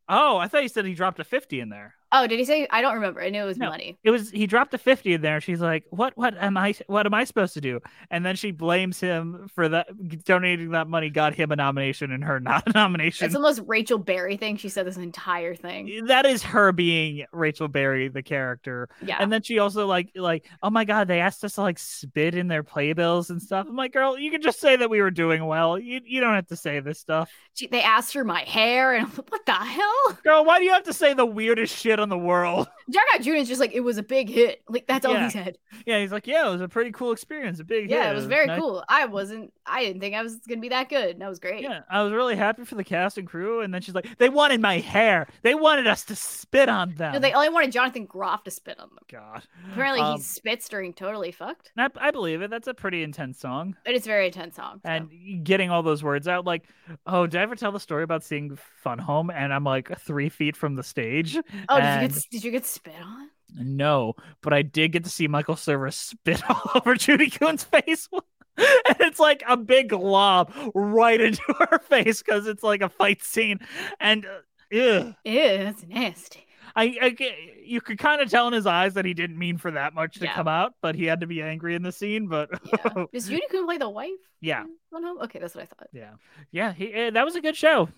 Speaker 6: oh, I thought you said he dropped a fifty in there.
Speaker 3: Oh, did he say? I don't remember. I knew it was
Speaker 6: No.
Speaker 3: money.
Speaker 6: It was he dropped a fifty in there. She's like, "What? What am I? What am I supposed to do?" And then she blames him for that donating that money got him a nomination and her [laughs] not a nomination.
Speaker 3: It's the most Rachel Berry thing. She said this entire thing.
Speaker 6: that is her being Rachel Berry, the character.
Speaker 3: Yeah.
Speaker 6: And then she also like like, oh my god, they asked us to like spit in their playbills and stuff. I'm like, girl, you can just say that we were doing well. You you don't have to say this stuff.
Speaker 3: She, they asked for my hair, and I'm like, what the hell?
Speaker 6: Girl, why do you have to say the weirdest shit on the world? [laughs]
Speaker 3: Jack Out June is just like, it was a big hit. Like, that's all
Speaker 6: Yeah.
Speaker 3: he said.
Speaker 6: Yeah, he's like, yeah, it was a pretty cool experience, a big
Speaker 3: Yeah,
Speaker 6: hit.
Speaker 3: it was very
Speaker 6: nice."
Speaker 3: cool. I wasn't, I didn't think I was going to be that good. And that was great.
Speaker 6: Yeah, I was really happy for the cast and crew. And then she's like, they wanted my hair. They wanted us to spit on them.
Speaker 3: No, they only wanted Jonathan Groff to spit on them.
Speaker 6: God.
Speaker 3: Apparently,
Speaker 6: Um,
Speaker 3: he spits during Totally Fucked.
Speaker 6: and I, I believe it. That's a pretty intense song.
Speaker 3: But it's a very intense song. so.
Speaker 6: and getting all those words out like oh did i ever tell the story about seeing fun home and i'm like three feet from the stage
Speaker 3: [laughs] oh, did,
Speaker 6: and
Speaker 3: you get, did you get spit on?
Speaker 6: no but i did get to see michael server spit [laughs] all over judy coon's face [laughs] and it's like a big glob right into [laughs] her face because it's like a fight scene and uh, ugh.
Speaker 3: Ew, that's nasty.
Speaker 6: I, I ca- you could kind of tell in his eyes that he didn't mean for that much to
Speaker 3: Yeah.
Speaker 6: come out but he had to be angry in the scene but
Speaker 3: Yeah. Does Unicorn play the wife?
Speaker 6: yeah
Speaker 3: in Fun Home? Okay, that's what I thought.
Speaker 6: Yeah, [laughs] yeah. He, eh, that was a good show.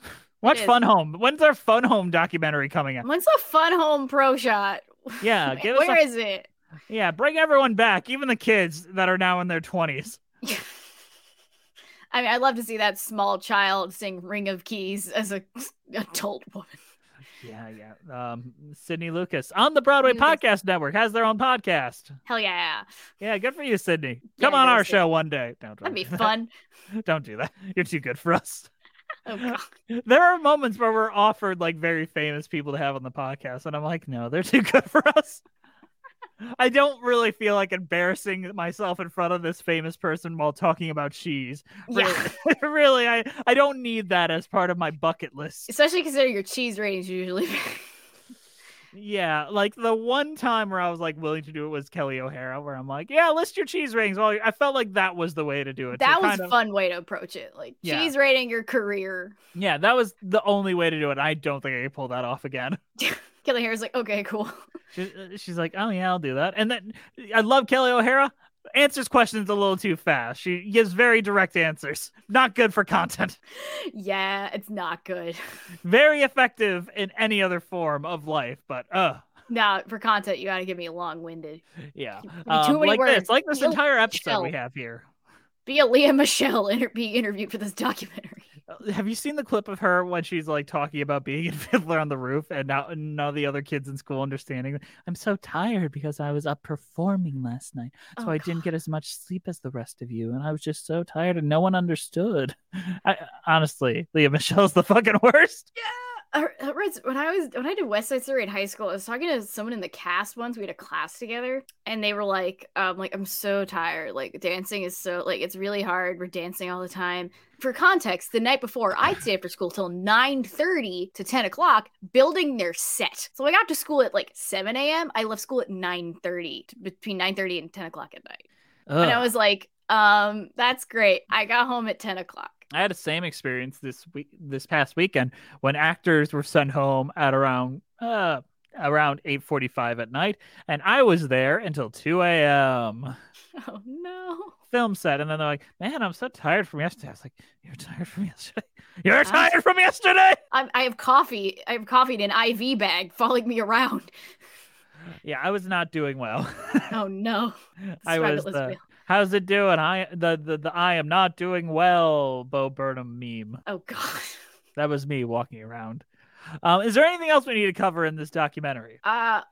Speaker 6: Watch
Speaker 3: is.
Speaker 6: Fun Home. When's our Fun Home documentary coming out?
Speaker 3: When's the Fun Home Pro Shot? [laughs]
Speaker 6: Yeah, give us
Speaker 3: Where
Speaker 6: a-
Speaker 3: is it?
Speaker 6: Yeah, bring everyone back, even the kids that are now in their twenties.
Speaker 3: I mean, I'd love to see that small child sing Ring of Keys as a [laughs] adult woman.
Speaker 6: Yeah, yeah. Um, Sydney Lucas on the Broadway
Speaker 3: Lucas.
Speaker 6: Podcast Network has their own podcast.
Speaker 3: Hell yeah.
Speaker 6: Yeah, good for you, Sydney.
Speaker 3: Yeah,
Speaker 6: Come on
Speaker 3: go,
Speaker 6: our
Speaker 3: Sydney.
Speaker 6: show one day. No,
Speaker 3: That'd
Speaker 6: don't
Speaker 3: be
Speaker 6: do that.
Speaker 3: fun.
Speaker 6: [laughs] Don't do that. You're too good for us.
Speaker 3: Oh, God.
Speaker 6: There are moments where we're offered like very famous people to have on the podcast, and I'm like, no, they're too good for us. I don't really feel like embarrassing myself in front of this famous person while talking about cheese.
Speaker 3: Yeah.
Speaker 6: Really, [laughs] really, I, I don't need that as part of my bucket list.
Speaker 3: Especially considering your cheese ratings are usually [laughs] very-
Speaker 6: Yeah, like the one time where I was like willing to do it was Kelly O'Hara, where I'm like, yeah, list your cheese rings. Well, I felt like that was the way to do it. to
Speaker 3: that was
Speaker 6: kind of-
Speaker 3: fun way to approach it. Like
Speaker 6: Yeah.
Speaker 3: cheese rating your career.
Speaker 6: Yeah, that was the only way to do it. I don't think I can pull that off again.
Speaker 3: Kelly Harris like, okay, cool. [laughs]
Speaker 6: She, uh, she's like, oh yeah, I'll do that. And then I love Kelly O'Hara. Answers questions a little too fast. She gives very direct answers. Not good for content. [laughs]
Speaker 3: yeah, it's not good. [laughs]
Speaker 6: Very effective in any other form of life, but uh,
Speaker 3: now for content, you gotta give me long winded.
Speaker 6: yeah.
Speaker 3: Too
Speaker 6: Um,
Speaker 3: many
Speaker 6: like
Speaker 3: words.
Speaker 6: this, like this
Speaker 3: Leah
Speaker 6: entire episode we
Speaker 3: Michelle.
Speaker 6: have here.
Speaker 3: Be a Leah Michelle [laughs] inter- be interviewed for this documentary.
Speaker 6: Uh, Have you seen the clip of her when she's like talking about being in [laughs] Fiddler on the Roof and now and none of the other kids in school understanding? I'm so tired because I was up performing last night, so
Speaker 3: Oh,
Speaker 6: I didn't get as much sleep as the rest of you, and I was just so tired, and no one understood. [laughs] I, honestly, Leah Michelle's the fucking worst.
Speaker 3: I- I read- when I was when I did West Side Story in high school, I was talking to someone in the cast once. We had a class together, and they were like, um, "Like I'm so tired. Like dancing is so like it's really hard. We're dancing all the time." For context, the night before I'd stay after school till nine thirty to ten o'clock building their set. So I got to school at like seven a.m. I left school at nine thirty between nine thirty and ten o'clock at night, and I
Speaker 6: Ugh.
Speaker 3: was like, "Um, that's great." I got home at ten o'clock. [laughs]
Speaker 6: I had the same experience this week, this past weekend, when actors were sent home at around uh, around eight forty five at night, and I was there until two a.m.
Speaker 3: Oh no.
Speaker 6: film set, and then they're like, "Man, I'm so tired from yesterday." I was like, "You're tired from yesterday. [laughs] You're
Speaker 3: I'm-
Speaker 6: tired from yesterday."
Speaker 3: I'm, I have coffee. I have coffee in an IV bag following me around. [laughs]
Speaker 6: Yeah, I was not doing well.
Speaker 3: Oh no!
Speaker 6: [laughs] I
Speaker 3: Describe it
Speaker 6: was
Speaker 3: less
Speaker 6: the
Speaker 3: real.
Speaker 6: "How's it doing?" I the, the the "I am not doing well" Bo Burnham meme.
Speaker 3: Oh god. [laughs]
Speaker 6: That was me walking around. Um, is there anything else we need to cover in this documentary?
Speaker 3: Uh,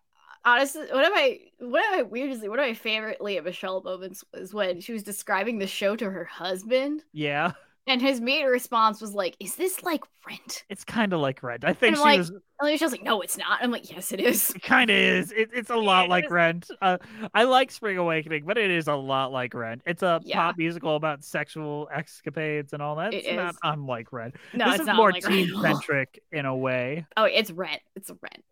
Speaker 3: honestly, one of my one of my weirdest, one of my favorite Leah Michelle moments was when she was describing the show to her husband,
Speaker 6: Yeah. [laughs]
Speaker 3: and his immediate response was like, "Is this like rent?"
Speaker 6: It's kind of like Rent. I think
Speaker 3: I'm
Speaker 6: she
Speaker 3: like-
Speaker 6: was
Speaker 3: And Leah Michelle's like, "No, it's not." I'm like, "Yes, it is." [laughs]
Speaker 6: kind of is. It, it's a
Speaker 3: it
Speaker 6: lot like
Speaker 3: is.
Speaker 6: Rent. Uh, I like Spring Awakening, but it is a lot like Rent. It's a
Speaker 3: Yeah.
Speaker 6: pop musical about sexual escapades and all that.
Speaker 3: It
Speaker 6: It's not
Speaker 3: is.
Speaker 6: unlike Rent.
Speaker 3: No,
Speaker 6: this
Speaker 3: it's
Speaker 6: is
Speaker 3: not
Speaker 6: more
Speaker 3: like [laughs]
Speaker 6: teen
Speaker 3: rent. at all.
Speaker 6: centric in a way.
Speaker 3: Oh, it's rent. It's a rent.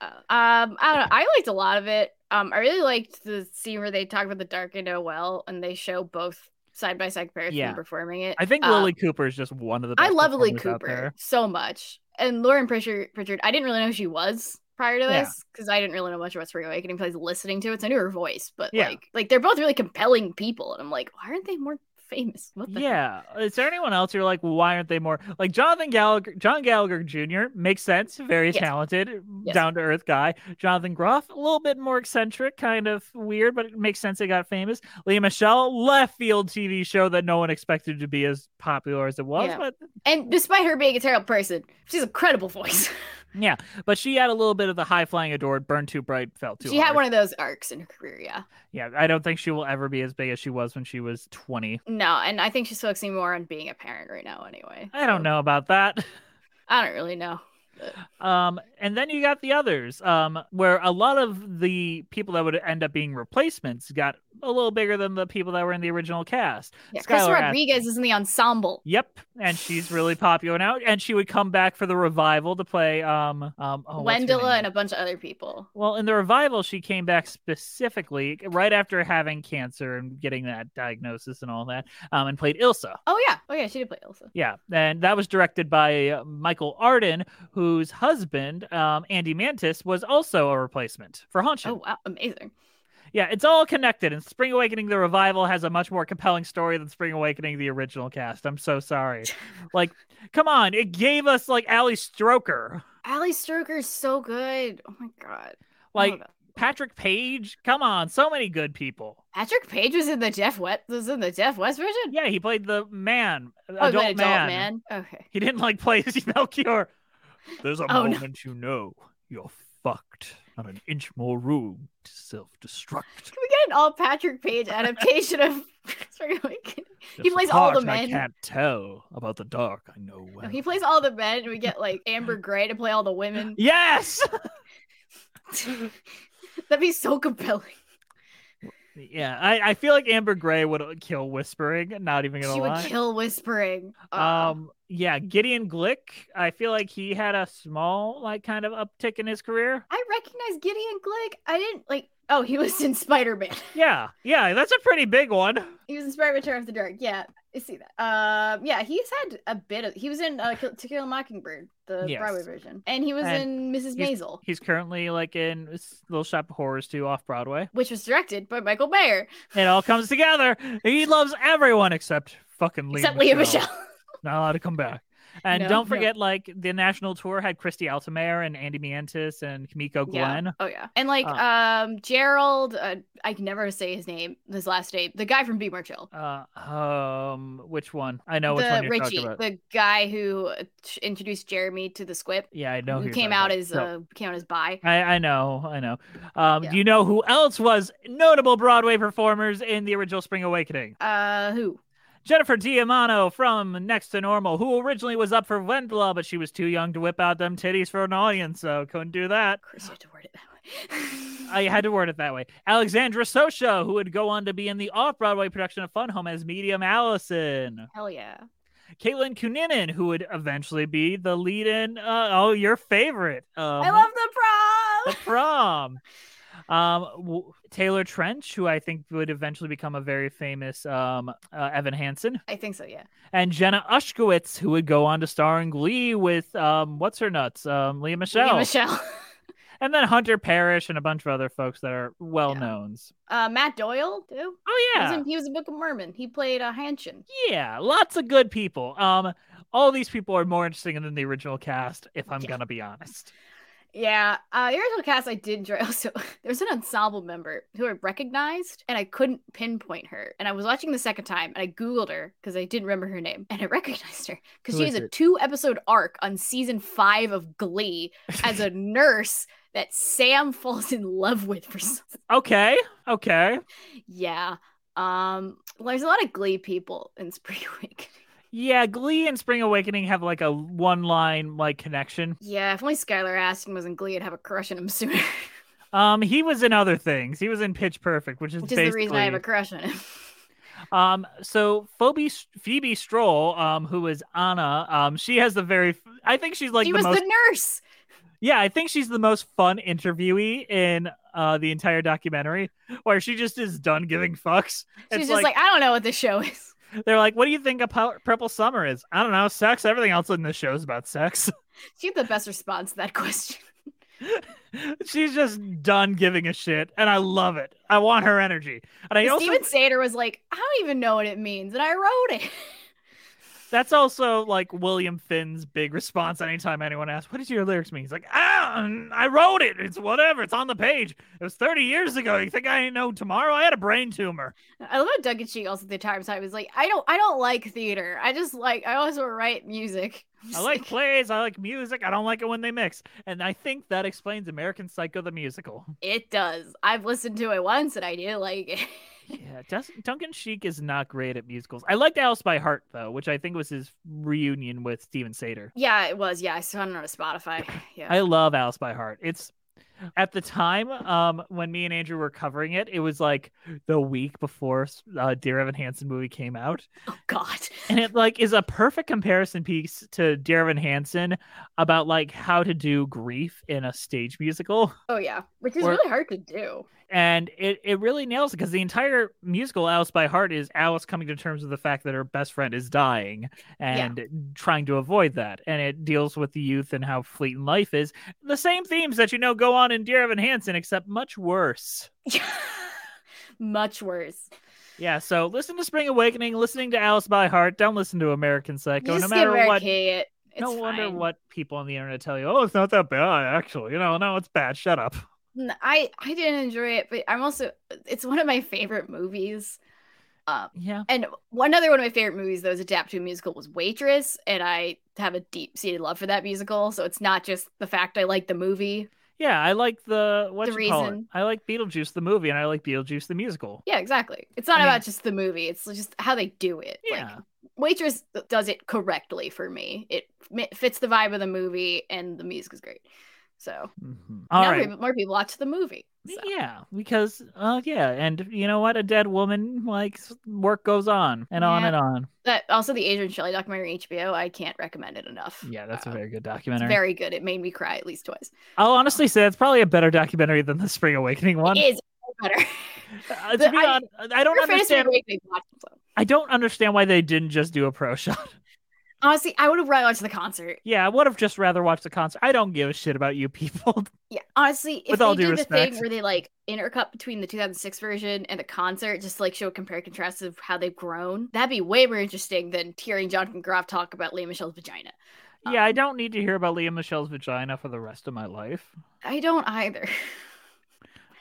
Speaker 3: Uh, um, I don't know. I liked a lot of it. Um, I really liked the scene where they talk about the dark and well, and they show both side by side parents
Speaker 6: Yeah.
Speaker 3: performing it.
Speaker 6: I
Speaker 3: [laughs]
Speaker 6: think
Speaker 3: Um,
Speaker 6: Lily Cooper is just one of the.
Speaker 3: I
Speaker 6: best
Speaker 3: love Lily
Speaker 6: performers out
Speaker 3: Cooper
Speaker 6: there.
Speaker 3: so much, and Lauren Pritchard. Pritchard. I didn't really know who she was prior to
Speaker 6: Yeah.
Speaker 3: this because I didn't really know much about Spring Awakening because I was listening to it. So I knew her voice, but
Speaker 6: Yeah.
Speaker 3: like, like they're both really compelling people, and I'm like, why aren't they more famous? What the heck?
Speaker 6: Yeah. Is there anyone else you're like, why aren't they more like Jonathan Gallagher? John Gallagher Jr. makes sense. Very
Speaker 3: Yes.
Speaker 6: talented,
Speaker 3: Yes.
Speaker 6: down to earth guy. Jonathan Groff, a little bit more eccentric, kind of weird, but it makes sense. They got famous. Leah Michelle, left field TV show that no one expected to be as popular as it was,
Speaker 3: Yeah.
Speaker 6: but
Speaker 3: And despite her being a terrible person, she's a credible voice.
Speaker 6: yeah. But she had a little bit of the high flying adored, burned too bright, fell too.
Speaker 3: she had
Speaker 6: hard.
Speaker 3: one of those arcs in her career. Yeah.
Speaker 6: Yeah, I don't think she will ever be as big as she was when she was twenty.
Speaker 3: No, and I think she's focusing more on being a parent right now. Anyway,
Speaker 6: I don't
Speaker 3: so
Speaker 6: know about that. [laughs]
Speaker 3: I don't really know.
Speaker 6: Um, and then you got the others, um, where a lot of the people that would end up being replacements got a little bigger than the people that were in the original cast.
Speaker 3: Yeah, Chris
Speaker 6: Skylar Ash-
Speaker 3: Rodriguez is in the ensemble.
Speaker 6: Yep, and she's really popular now. And she would come back for the revival to play um um oh, what's her
Speaker 3: Wendela
Speaker 6: name?
Speaker 3: and a bunch of other people.
Speaker 6: Well, in the revival, she came back specifically right after having cancer and getting that diagnosis and all that, um, and played Ilsa.
Speaker 3: Oh yeah, oh yeah, she did play Elsa.
Speaker 6: Yeah, and that was directed by uh, Michael Arden, whose husband um, Andy Mantis was also a replacement for Haunchin.
Speaker 3: Oh wow, amazing.
Speaker 6: Yeah, it's all connected. And Spring Awakening: The Revival has a much more compelling story than Spring Awakening: The Original Cast. I'm so
Speaker 3: [laughs]
Speaker 6: sorry. like, come on, it gave us like Ali
Speaker 3: Oh
Speaker 6: Stroker,
Speaker 3: Ali Stroker is so good. Oh my god.
Speaker 6: like
Speaker 3: about-
Speaker 6: Patrick Page. Come on, so many good people.
Speaker 3: Patrick Page was in the Jeff West was in the Jeff West version.
Speaker 6: Yeah, he played the man,
Speaker 3: oh,
Speaker 6: adult,
Speaker 3: adult, adult
Speaker 6: man.
Speaker 3: man. Okay.
Speaker 6: He didn't like play
Speaker 3: [laughs]
Speaker 6: Melchior. There's a
Speaker 3: Oh, no.
Speaker 6: moment you know you're fucked. Not an inch more room to self-destruct.
Speaker 3: Can we get an all Patrick Page adaptation of [laughs] Spring Awakening? He
Speaker 6: There's a
Speaker 3: plays all the
Speaker 6: part I
Speaker 3: men.
Speaker 6: can't tell about the dark. I know
Speaker 3: No,
Speaker 6: well.
Speaker 3: he plays all the men, and we get like Amber Gray to play all the
Speaker 6: [laughs]
Speaker 3: women. [laughs]
Speaker 6: Yes.
Speaker 3: That'd be so compelling.
Speaker 6: Yeah, I, I feel like Amber Gray would kill whispering. Not even gonna
Speaker 3: She would
Speaker 6: lie.
Speaker 3: kill whispering. Uh,
Speaker 6: um, yeah, Gideon Glick. I feel like he had a small, like, kind of uptick in his career.
Speaker 3: I recognize Gideon Glick. I didn't like. Oh, he was in [laughs] Spider Man.
Speaker 6: Yeah, yeah, that's a pretty big one.
Speaker 3: he was in Spider Man: Terror After Dark. Yeah, I see that. Um, yeah, he's had a bit of. He was in uh, Kill- To Kill a Mockingbird, the
Speaker 6: Yes.
Speaker 3: Broadway version, and he was in
Speaker 6: And
Speaker 3: Mrs.
Speaker 6: he's-
Speaker 3: Maisel,
Speaker 6: He's currently like in s- Little Shop of Horrors 2 off Broadway.
Speaker 3: which was directed by Michael Bayer,
Speaker 6: It all comes together. He loves everyone except fucking Liam
Speaker 3: except Leah Michelle.
Speaker 6: [laughs] Not allowed to come back. And
Speaker 3: No,
Speaker 6: don't
Speaker 3: no.
Speaker 6: forget, like the national tour had Christy Altamayer and Andy Miantis and Kimiko Glenn.
Speaker 3: Yeah. Oh yeah, and like
Speaker 6: Uh.
Speaker 3: um Gerald, uh, I can never say his name, his last name, the guy from Be More Chill.
Speaker 6: Uh, um, which one? I know which
Speaker 3: the
Speaker 6: one you're
Speaker 3: Richie,
Speaker 6: talking about.
Speaker 3: the guy who uh, t- introduced Jeremy to the Squip,
Speaker 6: Yeah, I know.
Speaker 3: who
Speaker 6: you're
Speaker 3: came
Speaker 6: talking
Speaker 3: out
Speaker 6: about.
Speaker 3: as
Speaker 6: So,
Speaker 3: uh, came out as bi.
Speaker 6: I, I know, I know. Um,
Speaker 3: Yeah.
Speaker 6: do you know who else was notable Broadway performers in the original Spring Awakening?
Speaker 3: Uh, who?
Speaker 6: Jennifer Diamano from Next to Normal, who originally was up for Wendla, but she was too young to whip out them titties for an audience, so couldn't do that.
Speaker 3: Of course, you have to word it that way.
Speaker 6: I had to word it that way. Alexandra Socha, who would go on to be in the off-Broadway production of Fun Home as Medium Allison.
Speaker 3: [laughs] Hell yeah.
Speaker 6: Caitlin Kuninen, who would eventually be the lead in, uh, oh, your favorite. Um,
Speaker 3: I love the
Speaker 6: [laughs] the prom. Um, w- Taylor Trench, who I think would eventually become a very famous um, uh, Evan Hansen,
Speaker 3: prom. I think so, yeah.
Speaker 6: and Jenna Ushkowitz, who would go on to star in Glee with um, what's her nuts, um, Leah Michelle,
Speaker 3: Leah Michelle.
Speaker 6: and then Hunter Parrish and a bunch of other folks that are well knowns.
Speaker 3: [laughs] Uh, Matt Doyle, too.
Speaker 6: Oh
Speaker 3: He, was
Speaker 6: yeah,
Speaker 3: in, he was in Book of Mormon. He played uh, Hanshin.
Speaker 6: yeah, lots of good people. Um, all these people are more interesting than the original cast, if I'm
Speaker 3: Yeah.
Speaker 6: gonna be honest.
Speaker 3: Yeah. Uh, the original cast I did enjoy. [laughs] Also, there's an ensemble member who I recognized and I couldn't pinpoint her. And I was watching the second time and I Googled her because I didn't remember her name and I [laughs] recognized her because
Speaker 6: Who
Speaker 3: she
Speaker 6: is
Speaker 3: has a
Speaker 6: it?
Speaker 3: two episode arc on season five of Glee as
Speaker 6: [laughs]
Speaker 3: a nurse that Sam falls in love with for
Speaker 6: [gasps]
Speaker 3: some
Speaker 6: Okay, okay.
Speaker 3: Yeah. Um there's a lot of glee people in Spring [laughs] Awakening.
Speaker 6: Yeah, Glee and Spring Awakening have like a one line like connection.
Speaker 3: Yeah, if only Skylar Aston was in Glee, I'd have a crush on him sooner. [laughs]
Speaker 6: Um, he was in other things. He was in Pitch Perfect, which is,
Speaker 3: Which is the reason I have
Speaker 6: basically-
Speaker 3: a crush on him.
Speaker 6: Um, so Phoebe Phoebe Stroll, um, who is Anna, um, she has the very I think she's like
Speaker 3: she
Speaker 6: the
Speaker 3: was
Speaker 6: most
Speaker 3: the nurse.
Speaker 6: yeah, I think she's the most fun interviewee in uh the entire documentary, where she just is done giving fucks.
Speaker 3: She's
Speaker 6: It's
Speaker 3: just like, I don't know what this show is. [laughs]
Speaker 6: they're like, what do you think a pu- Purple Summer is? I don't know, sex. [laughs] Everything else in this show is about sex.
Speaker 3: She had the best response to that question.
Speaker 6: She's just done giving a shit, and I love it. I want her energy, and [laughs] I also
Speaker 3: Steven Sater was like, I don't even know what it means, and I wrote it. [laughs]
Speaker 6: that's also like William Finn's big response anytime anyone asks, "What does your lyrics mean?" He's like, "Ah, mm, I wrote it. It's whatever. It's on the page. It was 30 years ago. You think I ain't know tomorrow? I had a brain tumor."
Speaker 3: I love how Doug and Cheek also at the time time was like, I don't, I don't like theater. I just like, I also write music. [laughs] I'm
Speaker 6: I
Speaker 3: just
Speaker 6: like plays. I like music. I don't like it when they mix. And I think that explains American Psycho the musical.
Speaker 3: it does. I've listened to it once and I do like it. [laughs]
Speaker 6: Yeah, Dun- Duncan Sheik is not great at musicals. I liked Alice by Heart though, which I think was his reunion with Steven Sater.
Speaker 3: yeah, it was. Yeah, I saw it on Spotify. [laughs] Yeah,
Speaker 6: I love Alice by Heart. It's at the time um, when me and Andrew were covering it, it was like the week before uh, Dear Evan Hansen movie came out,
Speaker 3: oh God.
Speaker 6: and it like is a perfect comparison piece to Dear Evan Hansen about like how to do grief in a stage musical.
Speaker 3: Oh yeah, which is
Speaker 6: Or-
Speaker 3: really hard to do. [laughs]
Speaker 6: and it, it really nails it because the entire musical Alice by Heart is Alice coming to terms with the fact that her best friend is dying and trying to avoid that. And it deals with the youth and how fleeting life is. The same themes that you know go on in Dear Evan Hansen, except much worse.
Speaker 3: Much worse.
Speaker 6: Yeah, so listen to Spring Awakening, listening to Alice by Heart. Don't listen to American Psycho.
Speaker 3: Just
Speaker 6: no
Speaker 3: give
Speaker 6: matter
Speaker 3: Mary
Speaker 6: what,
Speaker 3: Kay it. It's
Speaker 6: no wonder
Speaker 3: fine.
Speaker 6: what people on the internet tell you. Oh, it's not that bad, actually. You know, no, it's bad. Shut up.
Speaker 3: N- I I didn't enjoy it, but I'm also it's one of my favorite movies. Um,
Speaker 6: Yeah.
Speaker 3: and one other one of my favorite movies that was adapted to a musical was Waitress, and I have a deep seated love for that musical. So it's not just the fact I like the movie.
Speaker 6: Yeah, I like the what
Speaker 3: The
Speaker 6: you call it.
Speaker 3: reason.
Speaker 6: I like Beetlejuice the movie, and I like Beetlejuice the musical.
Speaker 3: Yeah, exactly. It's not
Speaker 6: I mean-
Speaker 3: about just the movie. It's just how they do it.
Speaker 6: Yeah.
Speaker 3: Like, Waitress does it correctly for me. It mi- fits the vibe of the movie, and the music is great. So
Speaker 6: Mhm. All
Speaker 3: now
Speaker 6: right.
Speaker 3: people- more people watch the movie. So.
Speaker 6: Yeah, because uh, yeah, and you know what? A dead woman, like s- work goes on and on
Speaker 3: Yeah.
Speaker 6: and on.
Speaker 3: That also the Adrian Shelley documentary on HBO. I can't recommend it enough.
Speaker 6: Yeah, that's a
Speaker 3: Uh,
Speaker 6: very good
Speaker 3: It's
Speaker 6: documentary.
Speaker 3: very good. It made me cry at least twice.
Speaker 6: I'll honestly say it's probably a better documentary than the Spring Awakening one.
Speaker 3: It is
Speaker 6: [laughs]
Speaker 3: better.
Speaker 6: Uh, to
Speaker 3: the-
Speaker 6: be
Speaker 3: I-
Speaker 6: honest, I don't
Speaker 3: Your fantasy
Speaker 6: understand.
Speaker 3: break made me watch it, so.
Speaker 6: I don't understand why they didn't just do a pro shot. [laughs]
Speaker 3: Honestly, I would have rather watched the concert.
Speaker 6: yeah, I would have just rather watched the concert. I don't give a shit about you people. [laughs]
Speaker 3: Yeah, honestly, if
Speaker 6: With
Speaker 3: they
Speaker 6: all due
Speaker 3: did the
Speaker 6: respect.
Speaker 3: thing where they like intercut between the 2006 version and the concert, just to, like show a compare and contrast of how they've grown, that'd be way more interesting than hearing Jonathan Groff talk about Leah Michelle's vagina.
Speaker 6: yeah,
Speaker 3: Um.
Speaker 6: I don't need to hear about Leah Michelle's vagina for the rest of my life.
Speaker 3: I don't either. [laughs]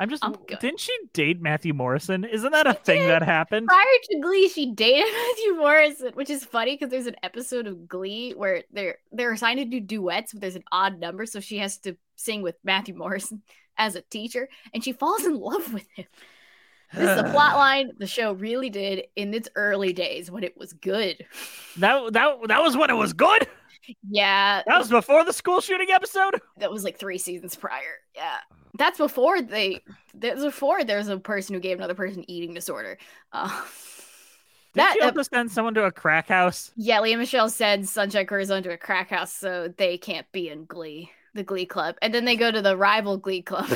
Speaker 6: I'm just.
Speaker 3: I'm good.
Speaker 6: Didn't she date Matthew Morrison? Isn't that a thing
Speaker 3: did.
Speaker 6: that happened?
Speaker 3: Prior to Glee, she dated [laughs] Matthew Morrison, which is funny because there's an episode of Glee where they're they're assigned to do duets, but there's an odd number, so she has to sing with Matthew Morrison [laughs] as a teacher, and she falls in love with him. This is a
Speaker 6: [sighs]
Speaker 3: plot line the show really did in its early days when it was good.
Speaker 6: That that that was when it was good.
Speaker 3: Yeah,
Speaker 6: That was before the school shooting episode.
Speaker 3: that was like three seasons prior. Yeah, that's before they. That's before there's a person who gave another person eating disorder. Uh, [laughs]
Speaker 6: Did
Speaker 3: that uh,
Speaker 6: you
Speaker 3: ep-
Speaker 6: also send someone to a crack house?
Speaker 3: Yeah, Leah Michelle said Sunshine Corazon to a crack house, so they can't be in Glee, the Glee Club. And then they go to the rival Glee
Speaker 6: [laughs]
Speaker 3: Club,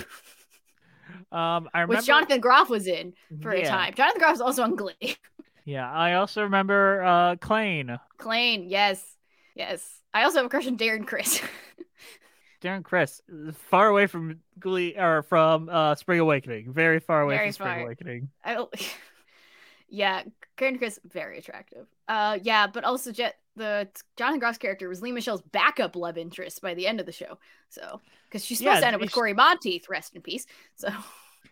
Speaker 6: Um, I
Speaker 3: [laughs]
Speaker 6: remember
Speaker 3: which Jonathan Groff was in for a
Speaker 6: Yeah.
Speaker 3: time. Jonathan Groff's also on Glee. [laughs]
Speaker 6: Yeah, I also remember uh, Klain,
Speaker 3: Clayne, yes. Yes. I also have a crush on Darren Chris.
Speaker 6: Darren, Chris, far away from Glee or from uh, Spring Awakening, very far away
Speaker 3: Very
Speaker 6: from Spring
Speaker 3: far.
Speaker 6: Awakening.
Speaker 3: [laughs] I don't- [laughs] yeah, Darren Chris, very attractive. Uh, yeah, but also Jet, the Jonathan Groff's character was Leah Michelle's backup love interest by the end of the show. So, because she's supposed
Speaker 6: Yeah,
Speaker 3: to end up with
Speaker 6: she-
Speaker 3: Corey Monteith, rest in peace. So.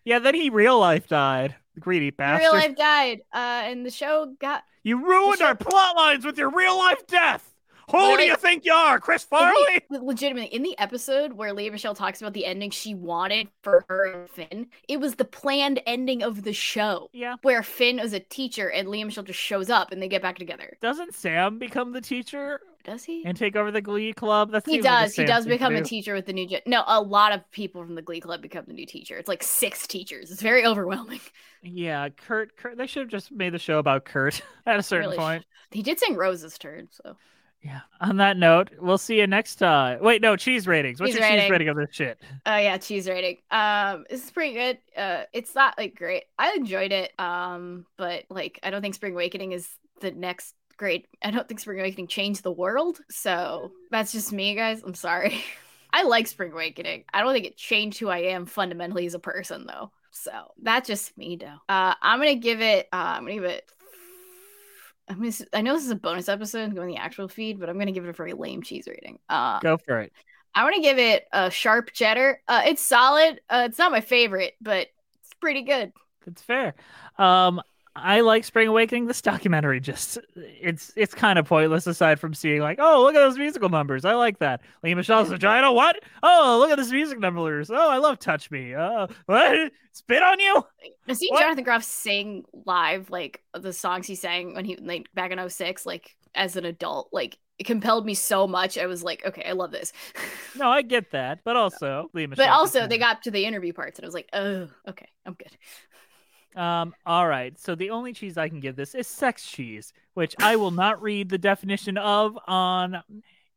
Speaker 6: Yeah, then he real life died. The greedy bastard!
Speaker 3: Real life died, uh, and the show got
Speaker 6: you ruined
Speaker 3: The show-
Speaker 6: our plot lines with your real life death. Who
Speaker 3: Really?
Speaker 6: do you think you are, Chris
Speaker 3: In
Speaker 6: Farley?
Speaker 3: the- legitimately, in the episode where Leah Michelle talks about the ending she wanted for her and Finn, it was the planned ending of the show
Speaker 6: Yeah.
Speaker 3: where Finn is a teacher and Leah Michelle just shows up and they get back together.
Speaker 6: Doesn't Sam become the teacher
Speaker 3: Does he?
Speaker 6: and take over the Glee Club? That
Speaker 3: he
Speaker 6: seems like a
Speaker 3: does. He
Speaker 6: Sam
Speaker 3: does
Speaker 6: thing to
Speaker 3: become a
Speaker 6: do.
Speaker 3: teacher with the new. Gen- no, a lot of people from the Glee Club become the new teacher. It's like six teachers. It's very overwhelming. [laughs]
Speaker 6: Yeah, Kurt. Kurt. They should have just made the show about Kurt [laughs] at a certain
Speaker 3: Really
Speaker 6: point.
Speaker 3: He did sing Rose's turn, so
Speaker 6: Yeah. On that note, we'll see you next time. Wait, no, cheese ratings. What's
Speaker 3: Cheese
Speaker 6: your cheese
Speaker 3: rating.
Speaker 6: rating of this shit?
Speaker 3: Oh yeah, cheese rating. Um, this is pretty good. Uh, it's not like great. I enjoyed it. Um, but like I don't think Spring Awakening is the next great. I don't think Spring Awakening changed the world. So that's just me, guys. I'm sorry. [laughs] I like Spring Awakening. I don't think it changed who I am fundamentally as a person though. So that's just me though. Uh, I'm gonna give it. Uh, I'm gonna give it. I'm gonna, s- I know this is a bonus episode going in the actual feed, but I'm gonna give it a very lame cheese rating. Uh,
Speaker 6: Go for it.
Speaker 3: I want to give it a sharp cheddar. Uh, it's solid. Uh, it's not my favorite, but it's pretty good.
Speaker 6: That's fair. Um, I like Spring Awakening. This documentary just it's it's kind of pointless aside from seeing like, oh, look at those musical numbers. I like that. Lee Michelle's vagina. What? Oh, look at this music numbers. Oh, I love Touch Me. Oh, what? Spit on you?
Speaker 3: I see
Speaker 6: What?
Speaker 3: Jonathan Groff sing live, like the songs he sang when he like back in 06, like as an adult, like it compelled me so much. I was like, okay, I love this. [laughs]
Speaker 6: No, I get that, but also Lee Michelle.
Speaker 3: but also, they got to the interview parts, and I was like, oh, okay, I'm good.
Speaker 6: Um, all right. So the only cheese I can give this is sex cheese, which I will not read the definition of on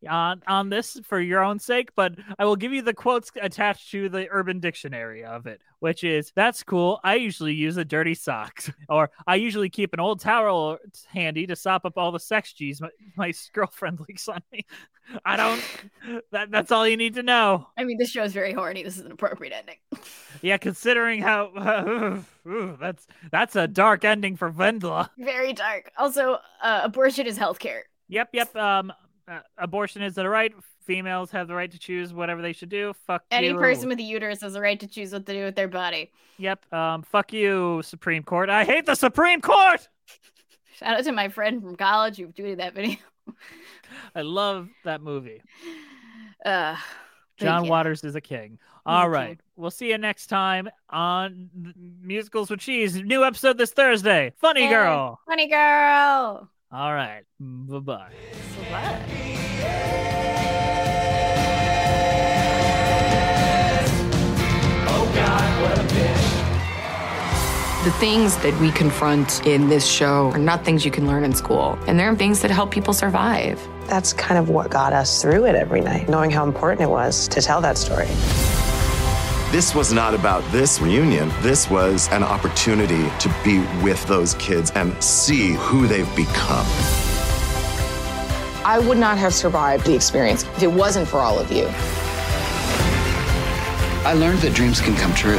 Speaker 6: on on this for your own sake, but I will give you the quotes attached to the urban dictionary of it, which is that's cool. I usually use a dirty sock [laughs] or I usually keep an old towel handy to sop up all the sex cheese my, my [laughs] girlfriend leaks on me. [laughs] I don't that that's all you need to know.
Speaker 3: I mean, this show is very horny. This is an appropriate ending. [laughs]
Speaker 6: Yeah, considering how [laughs] ooh, that's that's a dark ending for Vendla.
Speaker 3: very dark. Also, uh, abortion is healthcare.
Speaker 6: Yep, yep. Um, uh, abortion is the right. Females have the right to choose whatever they should do. Fuck
Speaker 3: Any
Speaker 6: you.
Speaker 3: person with a uterus has the right to choose what to do with their body.
Speaker 6: Yep. Um. Fuck you, Supreme Court. I hate the Supreme Court.
Speaker 3: Shout out to my friend from college who tweeted that video.
Speaker 6: I love that movie.
Speaker 3: Uh, but
Speaker 6: John
Speaker 3: yeah.
Speaker 6: Waters is a king. All
Speaker 3: a
Speaker 6: right. We'll see you next time on th- Musicals with Cheese. New episode this Thursday. Funny
Speaker 3: Yay.
Speaker 6: girl.
Speaker 3: Funny girl.
Speaker 6: All right. Bye bye.
Speaker 3: Slut.
Speaker 8: The things that we confront in this show are not things you can learn in school, and they're things that help people survive.
Speaker 4: That's kind of what got us through it every night, knowing how important it was to tell that story.
Speaker 10: This was not about this reunion. This was an opportunity to be with those kids and see who they've become.
Speaker 8: I would not have survived the experience if it wasn't for all of you.
Speaker 7: I learned that dreams can come true.